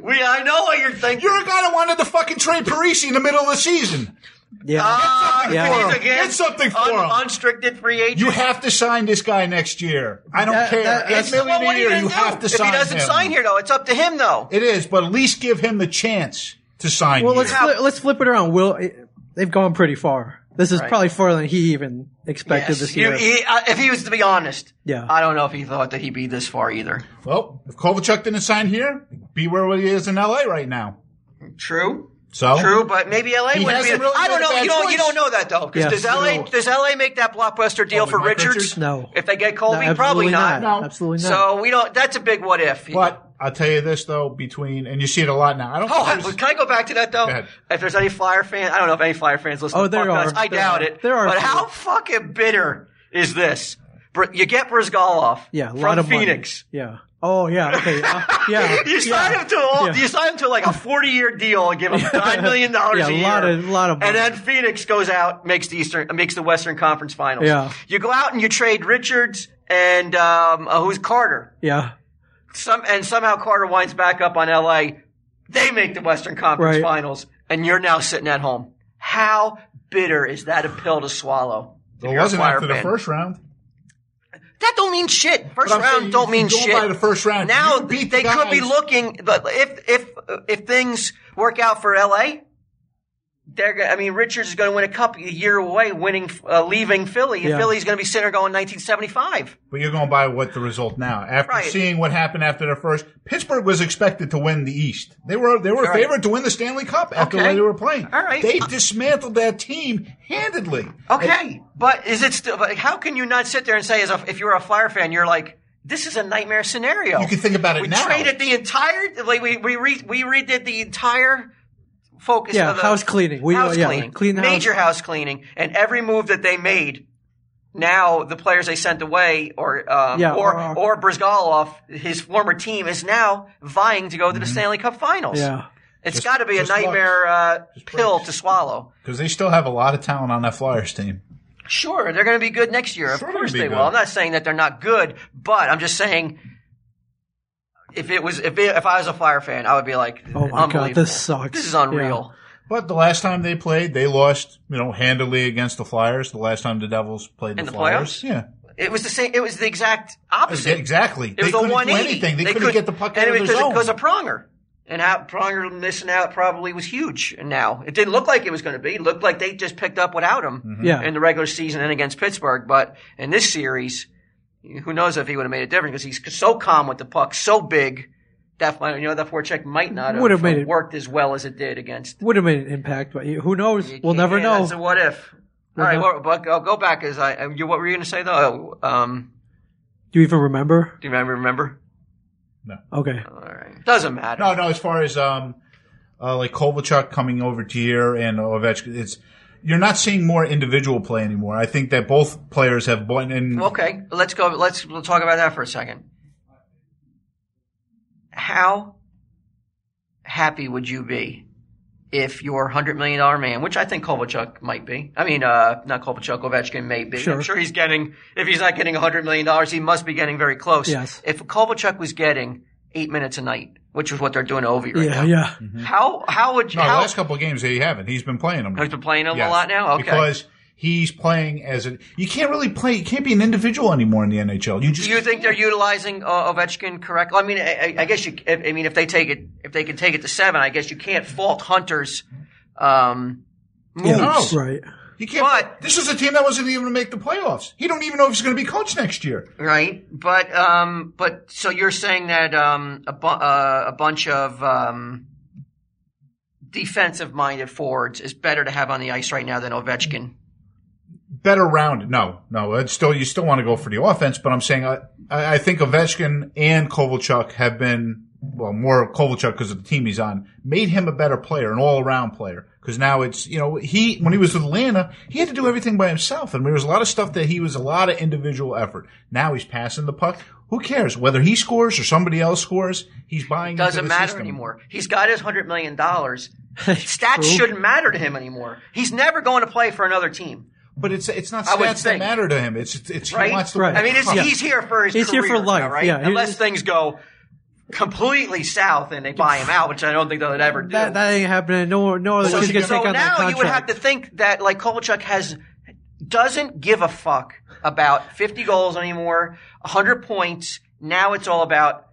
we. I know what you're thinking. You're a guy that wanted to fucking trade Parisi in the middle of the season. yeah, Ah, Yeah. he's Get again something for un- him. Unstricted free agent. uh, You have to sign this guy next year. I don't care. that- Eight that's- million Well, a what are year. gonna You do? have to if sign he doesn't him. sign here, though, it's up to him, though. It is, but at least give him the chance to sign. Well, here. let's flip, let's flip it around. Will they've gone pretty far? This is Right. probably farther than he even expected Yes. this You- year. he- uh, if he was to be honest, Yeah. I don't know if he thought that he'd be this far either. Well, if Kovalchuk didn't sign here, be where he is in L.A. right now. True. So True, but maybe LA Oh. He would be. hasn't really I made don't a know. bad You don't. choice. You don't know that though. 'cause Yes. does LA No. does LA make that blockbuster deal with for Mike Richards? Richards? Oh, No. If they get Colby, probably absolutely not. No. Absolutely not. So we don't. That's a big what if. But I'll tell you this though, between and you see it a lot now. I don't. Oh, think there's- I- can I go back to that though? Go ahead. If there's any Flyer fan, I don't know if any Flyer fans listen. Oh, to there Puck Nuts. are. I There doubt are. it. There are a But few. how fucking bitter is this? Br- You get Brizgalov yeah, a from lot of money. Phoenix. Yeah. Oh yeah. Okay. Uh, yeah. You sign yeah. him to all, Yeah. you sign him to like a forty year deal and give him nine million dollars Yeah, a a year. lot of- lot of and money. then Phoenix goes out makes the Eastern makes the Western Conference Finals. Yeah. you go out and you trade Richards and um, uh, who's Carter. Yeah. Some and somehow Carter winds back up on L.A. They make the Western Conference Right. Finals, and you're now sitting at home. How bitter is that a pill to swallow? if Well, it you're a wasn't Flyer after the fan? first round. That don't mean shit. First But I'm saying round you- don't mean you go shit. by the first round. Now You beat they the could be guys. looking. But if if if things work out for LA, they're. go- I mean, Richards is going to win a cup a year away, winning, uh, leaving Philly, and Yeah. Philly's going to be sitting there going 1975. But you're going by what the result now. After Right. seeing what happened after their first, Pittsburgh was expected to win the East. They were they were Right. favored to win the Stanley Cup after Okay. the way they were playing. All right. they Uh, dismantled that team handedly. Okay, but is it still? But how can you not sit there and say, as a, if you're a Flyer fan, you're like, this is a nightmare scenario. You can think about it we now. traded the entire. Like we we re, we redid the entire focus. Yeah, of the house cleaning. We- house yeah, cleaning. clean the major house. cleaning, and every move that they made now the players they sent away or um, Yeah, or or- or Brizgalov, his former team, is now vying to go to the Stanley Cup Finals. Yeah. it's Just- got to be a just luck. nightmare uh, pill to swallow. Because they still have a lot of talent on that Flyers team. Sure, they're going to be good next year. of course be they good. will. I'm not saying that they're not good, but I'm just saying if it was if it, if I was a Flyer fan, I would be like, Oh my god, unbelievable. this sucks. This is unreal. But the last time they played, they lost, you know, handily against the Flyers. The last time the Devils played the, In the Flyers, playoffs? yeah, It was the same. It was the exact opposite. exactly. It was they a couldn't do 180. anything. They, couldn't could- get the puck and out of it their was because- zone. because of Pronger. And how Pronger missing out probably was huge. And now it didn't look like it was going to be. It looked like they just picked up without him Mm-hmm. Hmm. Yeah. in the regular season and against Pittsburgh. But in this series, who knows if he would have made a difference because he's so calm with the puck, so big. That you know that forecheck might not have, Would've made it- worked as well as it did against. Would have made an impact, but who knows? You We'll can't- never yeah, know. That's a what if. All We'll right, know. well, but I'll go back. As I, you, what were you going to say though? Oh, um, Do you even remember? do you remember? Remember? Okay. All right, doesn't matter. no, no. As far as um, uh, like Kovalchuk coming over here and Ovechkin, it's you're not seeing more individual play anymore. I think that both players have bought in. Okay, let's go. Let's we'll talk about that for a second. How happy would you be if your hundred million dollar man, which I think Kovalchuk might be. I mean, uh, not Kovalchuk, Ovechkin may be. Sure. I'm sure he's getting. If he's not getting hundred million dollars, he must be getting very close. Yes. If Kovalchuk was getting eight minutes a night, which is what they're doing over right Yeah, now, yeah. Mm-hmm. how how would you? No, the how, Oh, last couple of games they haven't. He's been playing them. He's been playing him Yes. a lot now. Okay. because he's playing as a. You can't really play. You can't be an individual anymore in the NHL. You just Do you think they're utilizing uh, Ovechkin correctly? I mean, I, I- I guess you. I I mean, if they take it, if they can take it to seven, I guess you can't fault Hunter's. Um, Yeah, Oh. Moves. right. you can't. but- this is a team that wasn't even to make the playoffs. He don't even know if he's going to be coach next year. right, but um, but so you're saying that um, a, bu- uh, a bunch of um, defensive-minded forwards is better to have on the ice right now than Ovechkin. better rounded. No, no. It's still you still want to go for the offense, but I'm saying I, I I think Ovechkin and Kovalchuk have been well more Kovalchuk because of the team he's on made him a better player, an all around player. Because now it's you know he when he was with Atlanta he had to do everything by himself, and there was a lot of stuff that he was a lot of individual effort. Now he's passing the puck. Who cares whether he scores or somebody else scores? He's buying. into Doesn't the matter system. anymore. He's got his hundred million dollars. Stats shouldn't matter to him anymore. He's never going to play for another team. But it's it's not I would stats that think. matter to him. It's it's, it's right? he wants to. Right. I mean, it's, Yeah. he's here for his He's here career for life, now, right? yeah. Unless He's- things go completely south and they buy him out, which I don't think they'll ever do. That, that ain't happening. No, no other so team's gonna so take on that now contract. you would have to think that like Kovalchuk has doesn't give a fuck about 50 goals anymore, 100 points. Now it's all about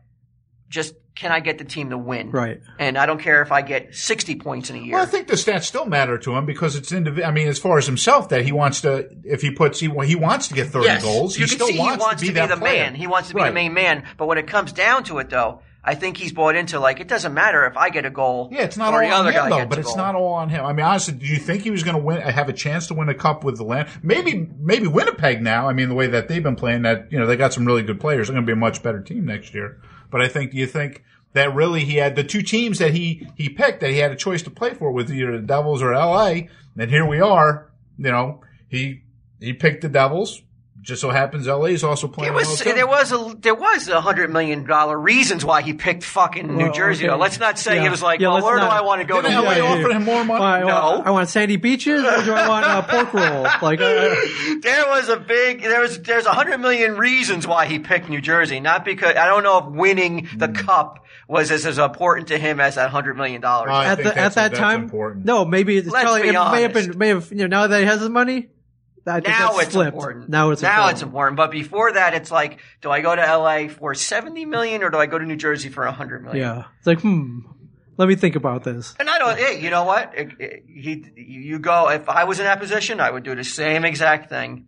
just can I get the team to win? Right. And I don't care if I get 60 points in a year. Well, I think the stats still matter to him because it's indiv- I mean, as far as himself, that he wants to. If he puts, he, he wants to get thirty yes. goals. You he can still see wants he wants to be, that the player. man. He wants to be Right. the main man. But when it comes down to it, though, I think he's bought into like it doesn't matter if I get a goal. Yeah, it's not all or the on other guy him though, gets but a it's goal. not all on him. I mean, honestly, do you think he was going to win? Have a chance to win a cup with the land? Maybe, maybe Winnipeg now. I mean, the way that they've been playing, that you know, they got some really good players. They're going to be a much better team next year. But I think, do you think that really he had the two teams that he he picked that he had a choice to play for with either the Devils or L.A. And here we are. You know, he he picked the Devils. Just so happens L.A. is also playing. It well, was too. there was a there was a hundred million dollar reasons why he picked fucking New Well, Jersey. okay. though. Let's not say Yeah. it was like, Yeah, well, let's where not. do I want to go to? Didn't LA play? yeah, yeah. offer him more money? Well, I, No. want, uh, I want sandy beaches, or do I want uh, pork roll? Like, uh, I, I- There was a big there was there's a hundred million reasons why he picked New Jersey. Not because I don't know if winning Hmm. the cup was as, as important to him as that hundred million dollars. I at, think the, that's- at that that's time, important. no, maybe it's Let's probably be it may have honest. been may have you know now that he has his money. I think now that's it's flipped. important. Now it's now important. it's important. But before that, it's like, do I go to LA for seventy million or do I go to New Jersey for a hundred million? yeah. It's like hmm. Let me think about this. And I don't. Hey, you know what? It, it, he, you go. If I was in that position, I would do the same exact thing.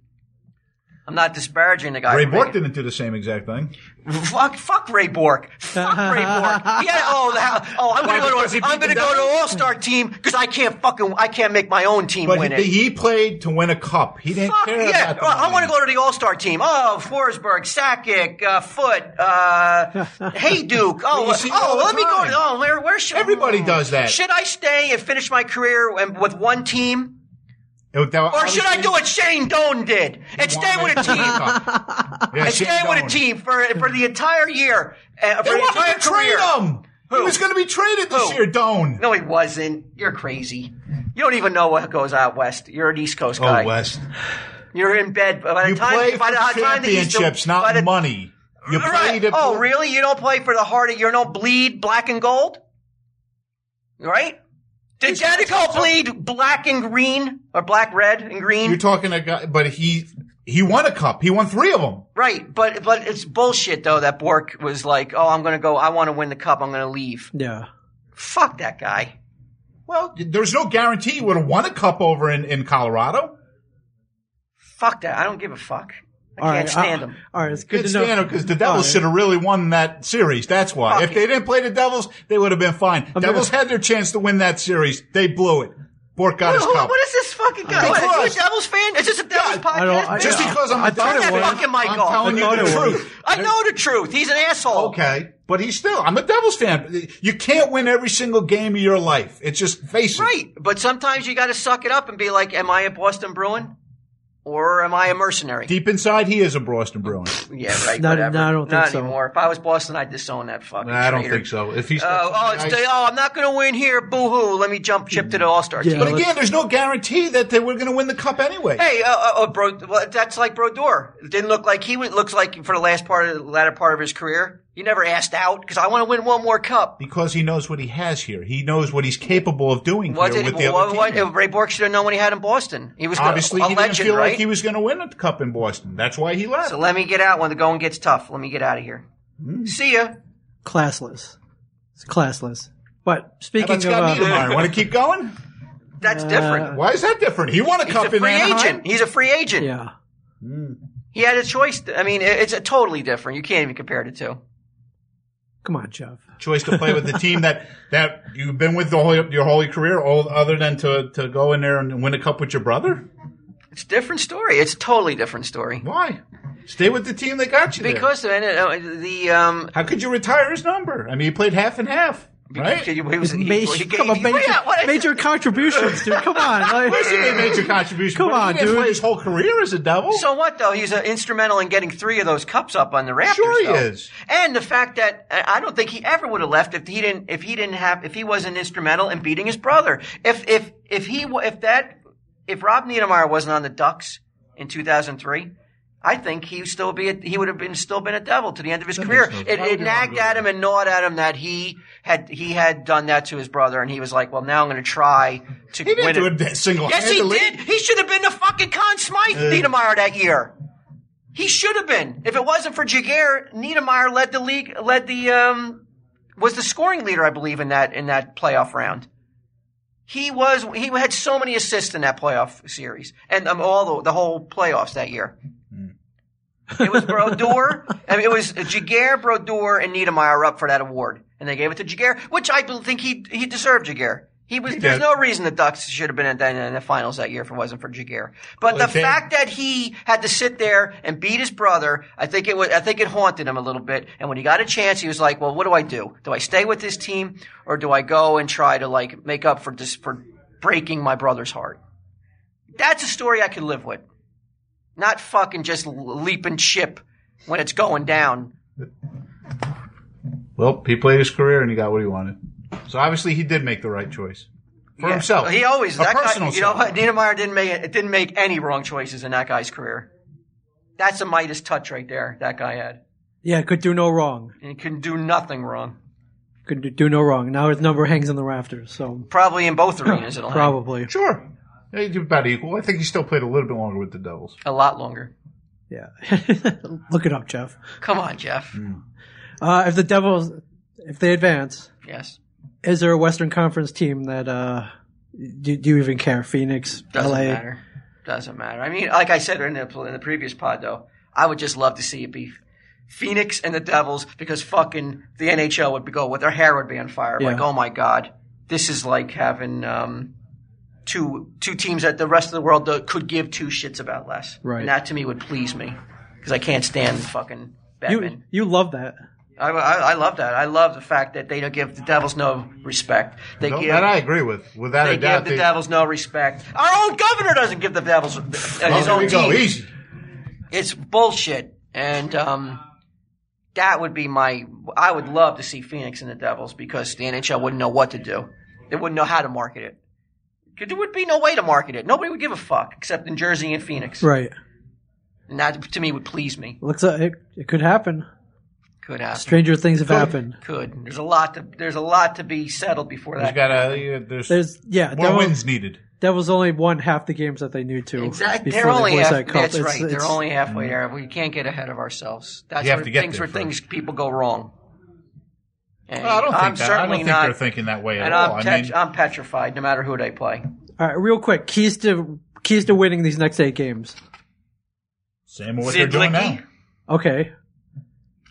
I'm not disparaging the guy. Ray for Bork making- didn't do the same exact thing. Fuck, fuck Ray Bork. Fuck Ray Bork. Yeah. Oh, the, oh I'm Why, gonna go because he to. beat I'm gonna the go to Dodgers? All Star team because I can't fucking. I can't make my own team But win he, it. he played to win a cup. He didn't Fuck care yeah! about the I want money. to go to the All Star team. Oh, Forsberg, Sakic, uh, Foot, uh, Hey Duke. Oh, you see it all oh, the let me go time. to. Oh, where, where should Everybody does that. Should I stay and finish my career and- with one team? It- that- Or should I do what Shane Doan did and stay with a team? and Shane stay with Doan. a team for for the entire year, uh, for They the wanted entire to trade career. him! He was going to be traded this Who? year, Doan. No, he wasn't. You're crazy. You don't even know what goes out west. You're an East Coast guy. Oh, West. You're in bed by the You time play by for the time the East- championships, by not the- money. You play Right. to Oh, really? You don't play for the heart of you don't bleed black and gold? Right? Did Jericho bleed black and green or black, red, and green? You're talking a guy, but he he won a cup. He won three of them. right, but but it's bullshit though that Bork was like, "Oh, I'm gonna go. I want to win the cup. I'm gonna leave." Yeah. Fuck that guy. Well, there's no guarantee he would have won a cup over in, in Colorado. Fuck that. I don't give a fuck. I All can't right, stand I- him. All right, it's good Good to know. stand because the Devils should have really won that series. That's why. If they didn't play the Devils, they would have been fine. Devils had their chance to win that series. They blew it. Bork got Who- his who- cup. what is this fucking guy? What, are you a Because- Devils fan? Is this a Devils podcast? I don't- I- Just bitch? because I'm I a thought Devils it Turn was. that fucking mic I'm off. telling you I the thought it was. truth. I know the truth. He's an asshole. Okay, but he's still. I'm a Devils fan. You can't win every single game of your life. It's just face it. Right, but sometimes you got to suck it up and be like, "Am I a Boston Bruin, or am I a mercenary?" Deep inside, he is a Boston Bruin. Yeah, right. Not- whatever. no, I don't think Not so. anymore. If I was Boston, I'd disown that fucking. I don't traitor. think so. If he's Oh, oh, it's the, oh, I'm not going to win here. Boo hoo. Let me jump chip to the All Star Yeah, team. but again, there's no guarantee that they were going to win the cup anyway. Hey, uh, uh, oh, bro, well, that's like Brodeur. It didn't look like he went, looks like for the last part of the latter part of his career. He never asked out because I want to win one more cup. Because he knows what he has here. He knows what he's capable of doing What here did with the what, other what- team. Ray Bork should have known what he had in Boston. He was Obviously, a, a he legend, didn't feel right? like he was going to win a cup in Boston. That's why he left. So let me get out when the going gets tough. Let me get out of here. Hmm. See ya. Classless. It's classless. But How speaking about of. Scott Uh, Niedermeyer? Want to keep going? That's different. Why is that different? He won a He's cup a free in Anaheim. agent. He's a free agent. yeah. He had a choice. I mean, it- it's a totally different. You can't even compare the two. Come on, Jeff. Choice to play with the team that, that you've been with the whole, your whole career, all, other than to, to go in there and win a cup with your brother? It's a different story. It's a totally different story. Why? Stay with the team that got you there. Because man, uh, the um, How could you retire his number? I mean, he played half and half, right? he was he, Major, he, come on, he- major, yeah, what is- major contributions, dude. Come on. Like, Of course he made major contribution. Come but on, he didn't dude. play his whole career as a devil. So what though? He's uh, instrumental in getting three of those cups up on the Raptors. Sure he though. is. And the fact that uh, I I don't think he ever would have left if he didn't if he didn't have if he wasn't instrumental in beating his brother. If if if he wa- if that if Rob Niedermeyer wasn't on the Ducks in 2003. I think he still be a, he would have been still been a devil to the end of his career. sense. It, Why would it you nagged wanna go at him and gnawed at him that he had he had done that to his brother, and he was like, "Well, now I'm going to try to he win didn't do it." it single Yes, he handedly. did. He should have been the fucking Conn Smythe Niedermeyer that year. He should have been. If it wasn't for Jaguar, Niedermeyer led the league, led the um, was the scoring leader, I believe, in that in that playoff round. He was. He had so many assists in that playoff series and um, all the, the whole playoffs that year. It was Brodeur. I mean, it was Jaguar, Brodeur, and Niedermeyer up for that award, and they gave it to Jaguar, which I don't think he he deserved. Jaguar. He was. there's did. no reason the Ducks should have been in the, in the finals that year if it wasn't for Jaguar. But the they- fact that he had to sit there and beat his brother, I think it was. I think it haunted him a little bit. And when he got a chance, he was like, "Well, what do I do? Do I stay with this team, or do I go and try to like make up for dis- for breaking my brother's heart?" That's a story I could live with not fucking just l- leaping ship when it's going down. Well, he played his career and he got what he wanted. So obviously, he did make the right choice for Yeah. himself. He always a that personal guy. You know self. what? Niedermeyer didn't make it. Didn't make any wrong choices in that guy's career. That's a Midas touch right there. That guy had. yeah, could do no wrong. And he can do nothing wrong. Could do- do no wrong. Now his number hangs in the rafters, so Probably in both arenas. It'll Probably. probably. Sure. Yeah, he did about equal. I think he still played a little bit longer with the Devils. a lot longer. Yeah. Look it up, Jeff. Come on, Jeff. Uh, if the Devils, if they advance, Yes. is there a Western Conference team that uh, do, do you even care? Phoenix, Doesn't LA. matter. Doesn't matter. I mean, like I said in the, in the previous pod, though, I would just love to see it be Phoenix and the Devils because fucking the NHL would be go. Their hair would be on fire. Like, Yeah. oh my god, this is like having um, two two teams that the rest of the world do- could give two shits about less. Right. And that to me would please me because I can't stand fucking You Batman. you love that. I, I, I love that. I love the fact that they don't give the Devils no respect. They No, give that I agree with. Without they a doubt, give the they- Devils no respect. Our own governor doesn't give the Devils uh, Well, his there own we go. team. Easy. It's bullshit, and um, that would be my. I would love to see Phoenix and the Devils because the NHL wouldn't know what to do. They wouldn't know how to market it. 'Cause There would be no way to market it. Nobody would give a fuck except in Jersey and Phoenix. Right. And that to me would please me. Looks like it, it could happen. Could happen. Stranger things have happened. Could. There's a lot to. There's a lot to be settled before There's that. got to there's, There's yeah. more Devil- wins needed. Devils only won half the games that they need to. Exactly. before They're only they lost half, that cup. that's It's- right. They're it's- Mm. only halfway there. We can't get ahead of ourselves. That's You have where to get things there where things people go wrong. And Well, I don't think I'm that- I don't certainly think not, they're thinking that way at and all. I'm, I pet- mean- I'm petrified, no matter who they play. All right, real quick. Keys to keys to winning these next eight games. Same with what they're doing now. Zidlicky. Okay.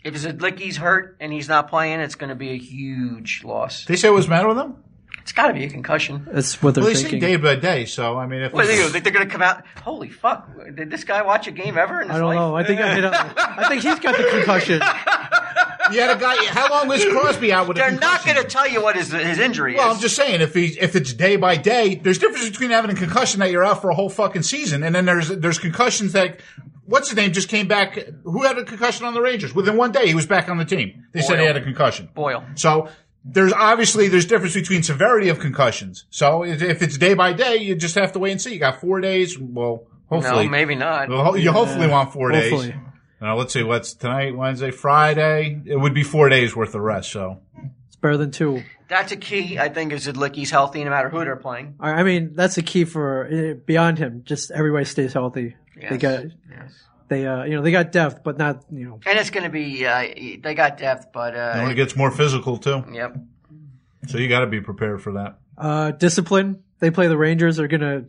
If Zidlicky's hurt and he's not playing, it's going to be a huge loss. They say what's the matter with them? It's got to be a concussion. That's what they're well, they say thinking. day by day. So I mean, if What do they do? Think They're going to come out. Holy fuck! Did this guy watch a game ever in his I don't life? know. I think I hit up. I think he's got the concussion. you had a guy, how long was Crosby out with? a They're not concussion? going to tell you what his his injury Well, is. I'm just saying, if he, if it's day by day, there's difference between having a concussion that you're out for a whole fucking season, and then there's there's concussions that what's his name just came back. Who had a concussion on the Rangers? Within one day, he was back on the team. They said he Boyle. had a concussion. Boyle. So there's obviously there's difference between severity of concussions. So if if it's day by day, you just have to wait and see. You got four days. Well, hopefully, No, maybe not. Well, ho- you hopefully want four days. Hopefully. Now let's see what's tonight, Wednesday, Friday. It would be four days worth of rest. So It's better than two. That's a key. I think is Zidlicky's healthy, no matter who they're playing. All right, I mean, that's the key for eh, beyond him. Just everybody stays healthy. They Yes. got they uh you know they got depth, but not you know And it's going to be uh, they got depth, but and uh, it gets more physical too. yep. So you got to be prepared for that. uh discipline. They play the Rangers. They're gonna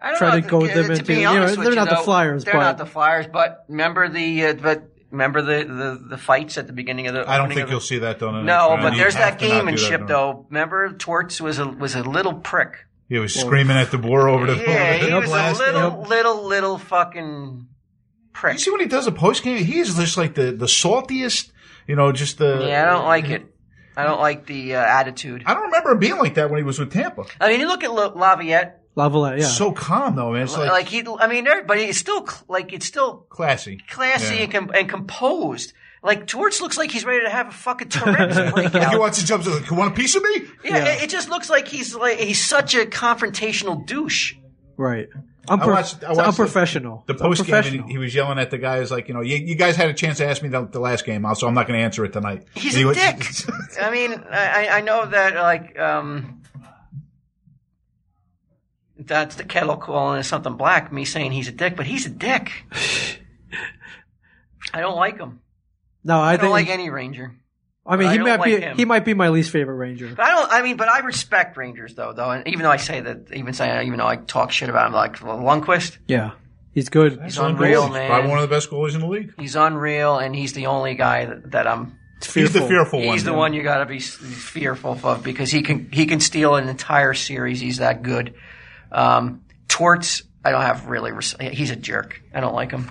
I don't Try know to if- go with them to into- be you know, honest with they're you, not the though, Flyers, They're but- not the Flyers, but remember the uh, but remember the, the the fights at the beginning of the. I don't opening think of you'll see that done. The, In no, Akron. but You there's have that to not do gamemanship that, no. though. Remember, Torts was a was a little prick. He was screaming at the boar over the. Yeah, over he the was a blast. little little little You fucking prick. see what he does at post game? He is just like the the saltiest. You know, just the. Yeah, I don't like it. I don't like the uh, attitude. I don't remember him being like that when he was with Tampa. I mean, you look at La- Laviette. Lavalette. Yeah, So calm though, man. It's Like, like, he, I mean, there- but it's still cl- like it's still classy. classy Yeah. and, com- and composed. Like Torch looks like he's ready to have a fucking Tourette's He breakout. wants to jump. he's Like, you want a piece of me? Yeah, It, it just looks like he's like he's such a confrontational douche. right. I'm, I pro- watched- I it's watched the- unprofessional. The It's post game, unprofessional. he, he was yelling at the guys like, you know, you, you guys had a chance to ask me the, the last game, so I'm not going to answer it tonight. He's And he a went- dick. I mean, I, I- I know that like um, that's the kettle calling it something black. Me saying he's a dick, but he's a dick. I don't like him. no, I I don't think. like any Ranger. I mean, I he don't might be like him. he might be my least favorite Ranger. But I don't. I mean, but I respect Rangers though. Though, and even though I say that, even saying, even though I talk shit about him, like Lundqvist, Yeah, he's good. he's Son of a unreal, goalie. man. Probably one of the best goalies in the league. He's unreal, and he's the only guy that, that I'm. He's the fearful one. He's the one you got to be s- fearful of because he can he can steal an entire series. He's that good. Um, Torts, I don't have really. Res- he's a jerk. I don't like him.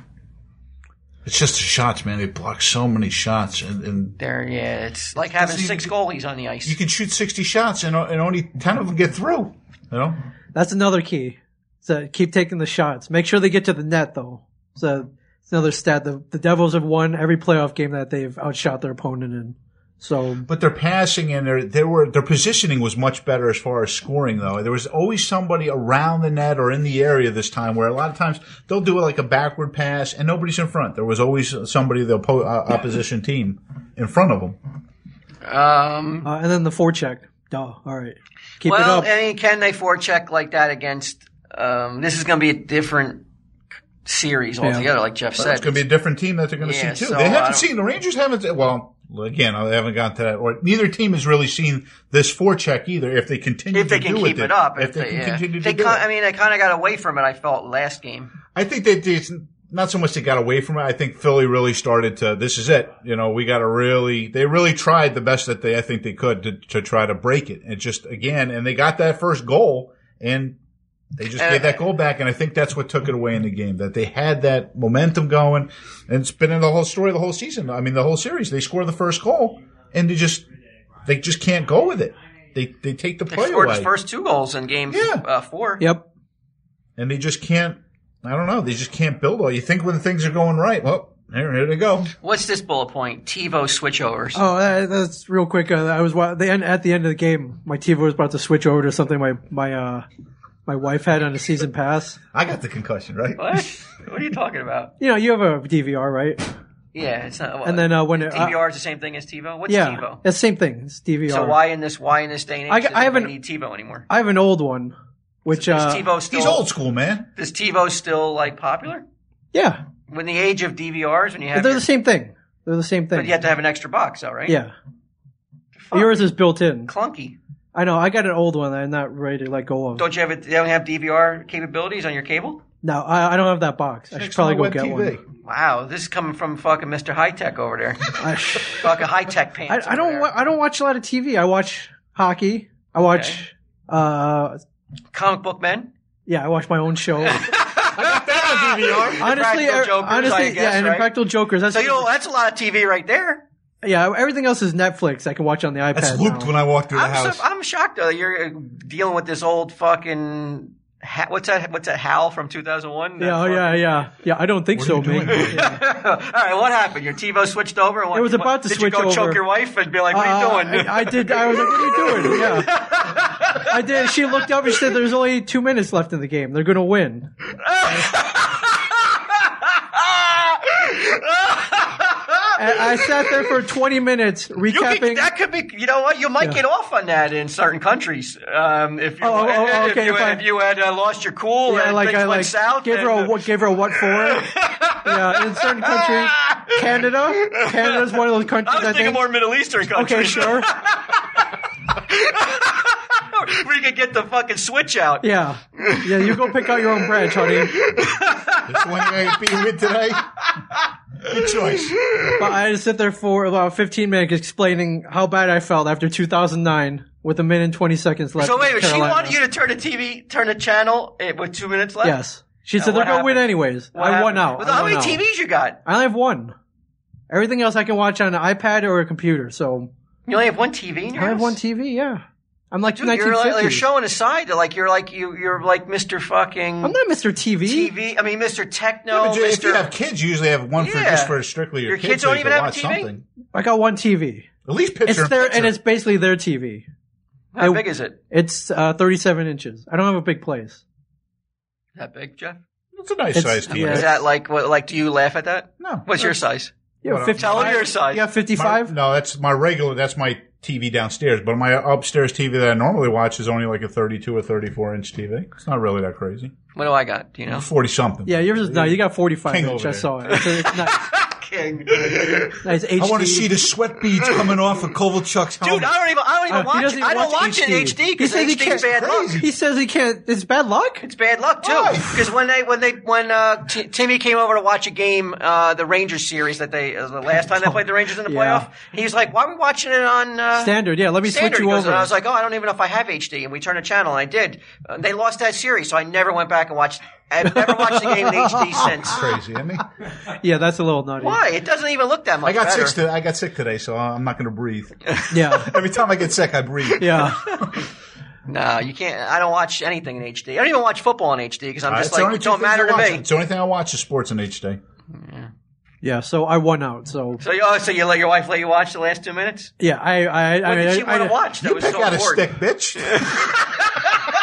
It's just the shots, man. They block so many shots, and, and There, yeah, it's like having doesn't six even- goalies on the ice. you can shoot 60 shots, and, and only 10 of them get through. You know, That's another key. So keep taking the shots. Make sure they get to the net though. So it's another stat. The the Devils have won every playoff game that they've outshot their opponent in. So but their passing and their they were their positioning was much better as far as scoring though. There was always somebody around the net or in the area this time. Where a lot of times they'll do like a backward pass and nobody's in front. There was always somebody the oppo- uh, opposition team in front of them. um, uh, and then the forecheck. Duh. All right. Keep well, it up. I mean, can they forecheck like that against? Um, this is going to be a different series altogether, like Jeff said. It's going to be a different team that they're going to Yeah, see too. so uh, they I haven't don't- seen the Rangers haven't. Well, again, I haven't gotten to that. Or neither team has really seen this forecheck either. If they continue, if they to can do keep with it up, if they, can yeah. continue to They do kin- it. I mean, they kind of got away from it. I felt last game. I think that it's not so much they got away from it. I think Philly really started to. This is it. You know, we got to really. They really tried the best that they I think they could to, to try to break it. And just again, and they got that first goal, and They just Uh, gave that goal back, and I think that's what took it away in the game. That they had that momentum going, and it's been in the whole story of the whole season. I mean, the whole series. They score the first goal, and they just they just can't go with it. They they take the They play scored away, his first two goals in game uh, four. Yep. and they just can't. I don't know. They just can't build all. You think when things are going right, well, here, here they go. What's this bullet point? TiVo switchovers. Oh, that, that's real quick. Uh, I was wa- the end, at the end of the game. My TV was about to switch over to something my my uh, my wife had on a season pass. I got the concussion, right? What? what are you talking about? You know, you have a DVR, right? Yeah, it's not. And then uh, when it, uh, DVR is the same thing as TiVo. What's yeah, TiVo? that's same thing. It's DVR. So why in this why in this day and age I- does I haven't- nobody need TiVo anymore? I have an old one, which Is uh, TiVo still? He's old school, man. Is TiVo still like popular? yeah, When the age of DVRs, when you they're have, your- the same thing. They're the same thing. but you have to have an extra box, though, right? yeah, yours is built in. Clunky. I know. I got an old one. That I'm not ready to let go of. Don't you have it? They don't have DVR capabilities on your cable. No, I, I don't have that box. I should probably go get one. Wow, this is coming from fucking Mr. High Tech over there. I, fucking high tech pants. I, I don't. Wa- I don't watch a lot of TV. I watch hockey. I watch. Uh, Comic book men. yeah, I watch my own show. DVR. honestly, I- Jokers, honestly, I guess, yeah, and right? Impractical Jokers. That's So you know, that's a lot of TV right there. yeah. Everything else is Netflix. I can watch on the iPad. That's looped now. when I walk through the I'm, house. so, I'm shocked though. that You're uh, dealing with this old fucking. Ha- what's that? What's that? Hal from 2001. yeah, oh, yeah, yeah, yeah. I don't think so, man. Yeah. All right, what happened? Your TiVo switched over. And what, It was about to did switch you go over. choke your wife and be like, "What Uh, are you doing?" I, I did. I was like, "What are you doing?" Yeah, I did. She looked up and she said, "There's only two minutes left in the game. They're gonna win." And I sat there for 20 minutes You could- recapping. that could be. You know what? You might Yeah. get off on that in certain countries. Um, if you, Oh, oh, oh, okay, if you, if I- had, if you had uh, lost your cool yeah, and like things I went like south, gave her a and, what? Gave her a what for? yeah, in certain countries, Canada. Canada's one of those countries. I was thinking think. more Middle Eastern okay, countries. sure. Where you could get the fucking switch out. Yeah, yeah. You go pick out your own branch, honey. This one you ain't being with today. Good choice. But I had to sit there for about 15 minutes explaining how bad I felt after 2009 with a minute and 20 seconds left. So wait, in she Carolina. wanted you to turn the TV, turn the channel eh, with two minutes left. Yes. She said they're what going to win happened? anyways. What I won happened? out. Well, I how won many out. TVs you got? I only have one. Everything else I can watch on an iPad or a computer. So You only have one TV. In your I have house? one TV. Yeah, I'm like Dude, you're, like, 1950. you're showing a side that like you're like you you're like Mr. Fucking I'm not Mr. TV. TV. I mean Mr. Techno. But you- if you Mr. have kids, you usually have one for Yeah. just for strictly your, Your kids so don't you even can have watch a TV? something. I got one TV. At least picture. It's their picture. and it's basically their TV. How I- big is it? It's uh, 37 inches. I don't have a big place. That big, Jeff? It's a nice it's- size TV. yeah. Is that like what? Like, do you laugh at that? No. What's your size? Yeah, Well, 55. Tell her your size. Yeah, 55. My- no, that's my regular. That's my TV downstairs, but my upstairs TV that I normally watch is only like a 32 or 34 inch TV. It's not really that crazy. What do I got? Do you know? 40 something. Yeah, yours is no. You got 45 King inch. over I there. saw it. It's, it's nice. King. nice HD. I want to see the sweat beads coming off of Kovalchuk's helmet. Dude, I don't even. I don't even Uh, he watch. doesn't It. even I don't watch watch it in HD. HD because He said he HD's bad can't- luck. He says he can't. It's bad luck. It's bad luck too. Because when they when they when uh, T- Timmy came over to watch a game, uh, the Rangers series that they uh, the last time they played the Rangers in the Yeah. playoff, he was like, "Why are we watching it on uh, Standard. Yeah, let me standard?" switch He you goes, over. And I was like, "Oh, I don't even know if I have HD." And we turned the channel, and I did. Uh, they lost that series, so I never went back and watched. I've never watched the game in HD since. crazy, isn't he? yeah, that's a little naughty. Why? It doesn't even look that much. I got better. sick. To, I got sick today, so I'm not going to breathe. Yeah, Every time I get sick, I breathe. yeah. No, you can't. I don't watch anything in HD. I don't even watch football in HD because I'm Uh, just it's the like, only it two don't things I matter to watch. me. It's the only thing I watch is sports in HD. Yeah, so I won out. So So, you- oh, so you let your wife let you watch the last two minutes? yeah, I I I, mean, What did she I, want to I- watch? That was Pick so out a boring. stick, bitch.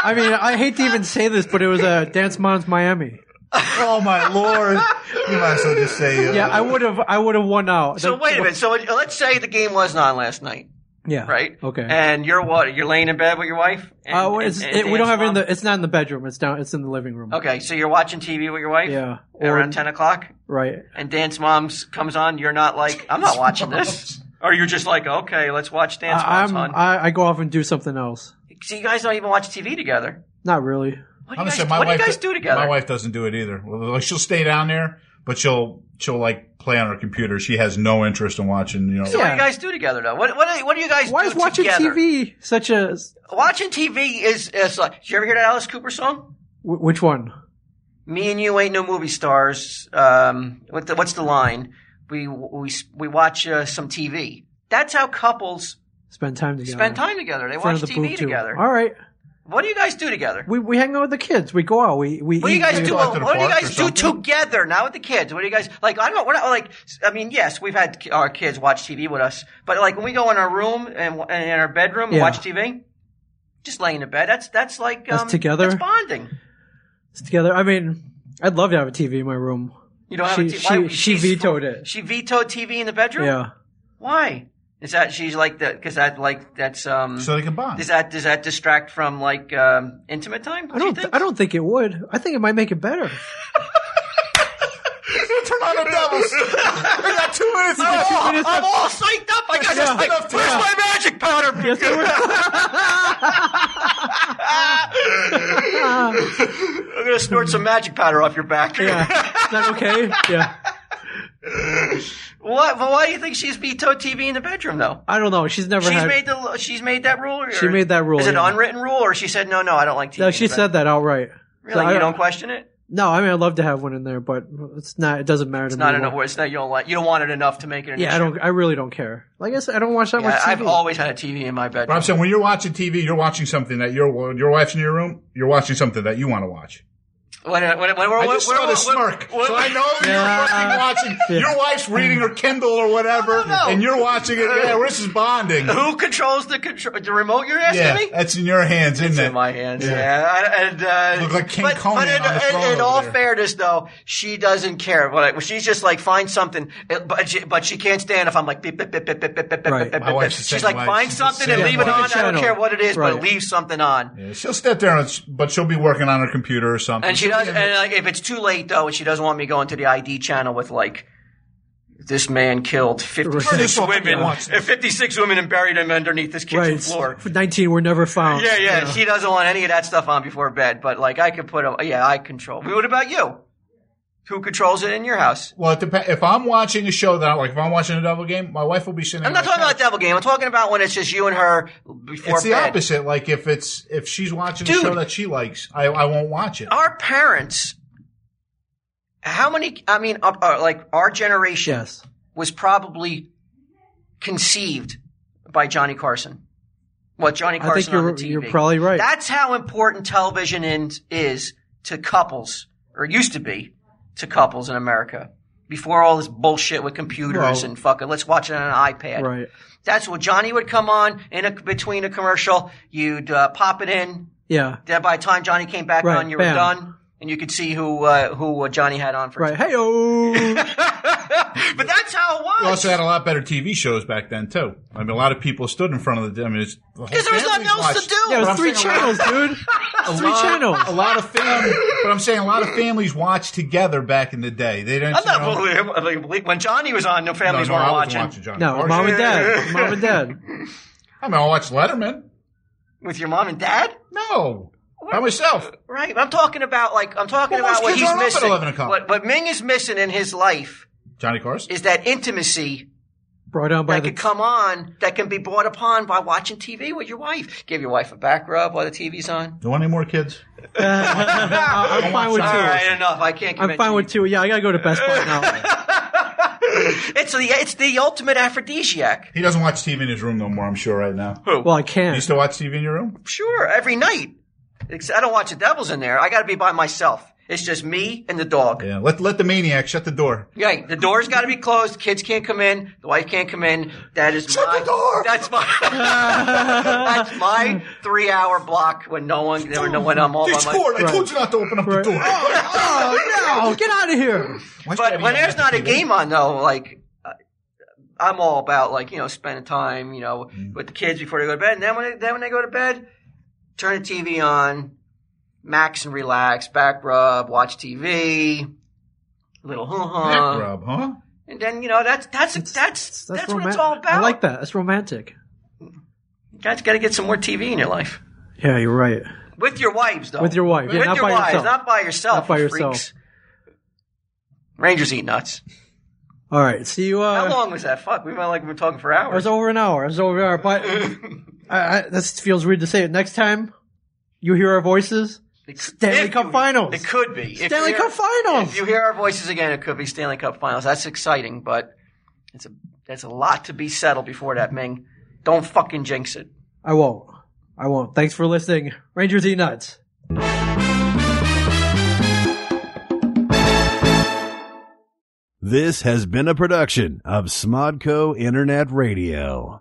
I mean, I hate to even say this, but it was a Dance Moms Miami. oh my lord! You might as well just say. Uh, Yeah, I would have I would have won out. So That- wait a minute. So it- let's say the game wasn't on last night, Yeah. right? Okay. And you're what? You're laying in bed with your wife. And, uh, well, it's, and- Oh, it, and we don't Dan's have it in mom? the. It's not in the bedroom. It's down. It's in the living room. Okay, so you're watching TV with your wife. Yeah. Or, Around ten o'clock, right. and Dance Moms comes on. You're not like, I'm not watching this. Or you're just like, okay, let's watch Dance I, Moms I'm. on. I, I go off and do something else. so you guys don't even watch TV together. Not really. What do I'm you gonna guys, say my what do, wife. you guys do- do together? My wife doesn't do it either. Well, like, she'll stay down there, but she'll she'll like play on her computer. She has no interest in watching. You know, What do Yeah. you guys do together though? What what do, what do you guys Why do is watching together? TV such a? Watching TV is is like. Did you ever hear that Alice Cooper song? Wh- which one? Me and you ain't no movie stars. Um, what the, what's the line? We we we watch uh, some TV. That's how couples Spend time together. spend time together. They In front watch of the boob TV tube. together. All right. What do you guys do together? We, we hang out with the kids. We go out. We we. What do you eat, guys we- do? Well, What do you guys do together? Not with the kids. What do you guys like? I don't know. We're not like. I mean, yes, we've had ki- our kids watch TV with us, but like when we go in our room and, w- and in our bedroom and Yeah. watch TV, just laying in bed. That's that's like um, That's together? That's bonding. it's together. I mean, I'd love to have a TV in my room. You don't have she, a TV. Why- She, she she's- vetoed it. She vetoed TV in the bedroom. Yeah. Why? Is that she's like that? Because that like that's um. So they can bond. Does that does that distract from like um, intimate time? I don't. I don't think it would. I think it might make it better. Turn on the devils. I got two minutes left. Oh, I'm all psyched up. I got Yeah. this. Like, where's my magic powder? I'm gonna snort some magic powder off your back. Yeah. Is that okay? Yeah. What? Well, why do you think she's vetoed TV in the bedroom though? I don't know. She's never She's had. made the she's made that rule. Or She made that rule, Is it yeah. an unwritten rule, or she said no, no, I don't like TV? no, she in the said bed." that outright. Really, So I- you don't question it? No, I mean I'd love to have one in there, but it's not. It doesn't matter to It's me. not what- enough. It's not you don't like you don't want it enough to make it. An Yeah, I issue. don't. I really don't care. Like I said, I don't watch that Yeah, much TV. I've always had a TV in my But bedroom. I'm saying when you're watching TV, you're watching something that your your wife's in your room. You're watching something that you want to watch. When, when, when, when, I just when- saw the when- smirk, when- so I know Yeah. you're fucking watching. Your wife's reading her Kindle or whatever, no. and you're watching it. Yeah, this is bonding. Who controls the control, the remote? You're asking Yeah, me. that's in your hands, isn't It's it? in my hands. Yeah. Yeah, and uh, Look like King but, Conan but in, on the throne in, in over all there. fairness, though, she doesn't care. What I, she's just like find something, uh, but she, but she can't stand if I'm like beep, beep, beep, beep, beep, beep, beep, Right. beep, beep, My beep. wife's the She's same like way. find She's the something and same leave it way. on. I don't Channel. care what it is, Right. but leave something on. Yeah, she'll sit there, and, s- but she'll be working on her computer or something. And she does. And like, if it's too late though, and she doesn't want me going to the ID channel with like. This man killed This 56 will- women, Yeah. uh, 56 women, and buried them underneath this kitchen right. floor. Nineteen were never found. Yeah, yeah, She doesn't want any of that stuff on before bed. But like, I could put. A, yeah, I control. What about you? Who controls it in your house? Well, it depends. If I'm watching a show that, I like, if I'm watching a devil game, my wife will be sitting. I'm on not my talking couch. about Devil Game. I'm talking about when it's just you and her before It's the bed. opposite. Like if it's if she's watching a Dude. show that she likes, I, I won't watch it. Our parents. How many? I mean, uh, uh, like our generation Yes. was probably conceived by Johnny Carson. What Johnny I think Carson on you're the TV. you're probably right. That's how important television in, is to couples, or used to be to couples in America. Before all this bullshit with computers Well- and fucking, let's watch it on an iPad. right. That's what Johnny would come on in a, between a commercial. You'd uh, pop it in. Yeah. Then by the time Johnny came back Right, on, you bam. were done, and you could see who uh, who uh, Johnny had on for. Right. Hey oh. But that's how it We was. also had a lot better TV shows back then too. I mean, a lot of people stood in front of the. I mean, it's Because there was nothing else to do. Yeah, it But was I'm three saying a lot channels, dude. It's three channels. A lot of families, but I'm saying a lot of families watched together back in the day. They didn't. I'm you know- not believing when Johnny was on, no No, families no, I weren't wasn't watching. watching Johnny No, Carson. mom and dad. Mom and dad. I mean, I watched Letterman. With your mom and dad? No, by myself. Right. I'm talking about like I'm talking Well, most about what kids he's aren't up at missing. 11 o'clock. What, what Ming is missing in his life Johnny Carson. is that intimacy Brought on by that the. could come on that can be brought upon by watching TV with your wife. Give your wife a back rub while the TV's on. Do you want any more kids? I- I'm fine with All two. right, enough. I can't. I'm commit fine to with two. Yeah, I gotta go to Best Buy now. you. It's the it's the ultimate aphrodisiac. He doesn't watch TV in his room no more. I'm sure right now. Well, I You can't. still watch TV in your room? Sure, every night. It's- I don't watch the Devils in there. I got to be by myself. It's just me and the dog. Yeah. Let let the maniac shut the door. Right. The door's got to be closed. Kids can't come in. The wife can't come in. That is my. That's my. that's my three-hour block when no one, when, when I'm all They by myself. scored. I told you not to open up the door. Oh no! Get out of here. Why should I But be when on there's that not a TV? game on, though, like uh, I'm all about like you know spending time you know with the kids before they go to bed. And then when they, then when they go to bed, turn the TV on, max and relax, back rub, watch TV, little hoo Neck ha, rub, huh? and then you know that's that's that's that's, what it's roman- all about. I like that. That's romantic. You guys got to get some more TV in your life. Yeah, you're right. With your wives, though. With your wife, yeah, With not your by wives, yourself. not by yourself. Not by you yourself. Freaks. Rangers eat nuts. All right. See you. Uh, How long was that? Fuck, we might like we were talking for It was hours. over an hour. It was over an hour. But I, I, this feels weird to say it. Next time you hear our voices, Stanley Cup Finals. It could be If Stanley you Cup Finals. If you hear our voices again, it could be Stanley Cup Finals. That's exciting, but it's a that's a lot to be settled before that. Ming, don't fucking jinx it. I won't. I won't. Thanks for listening. Rangers eat nuts. This has been a production of Smodco Internet Radio.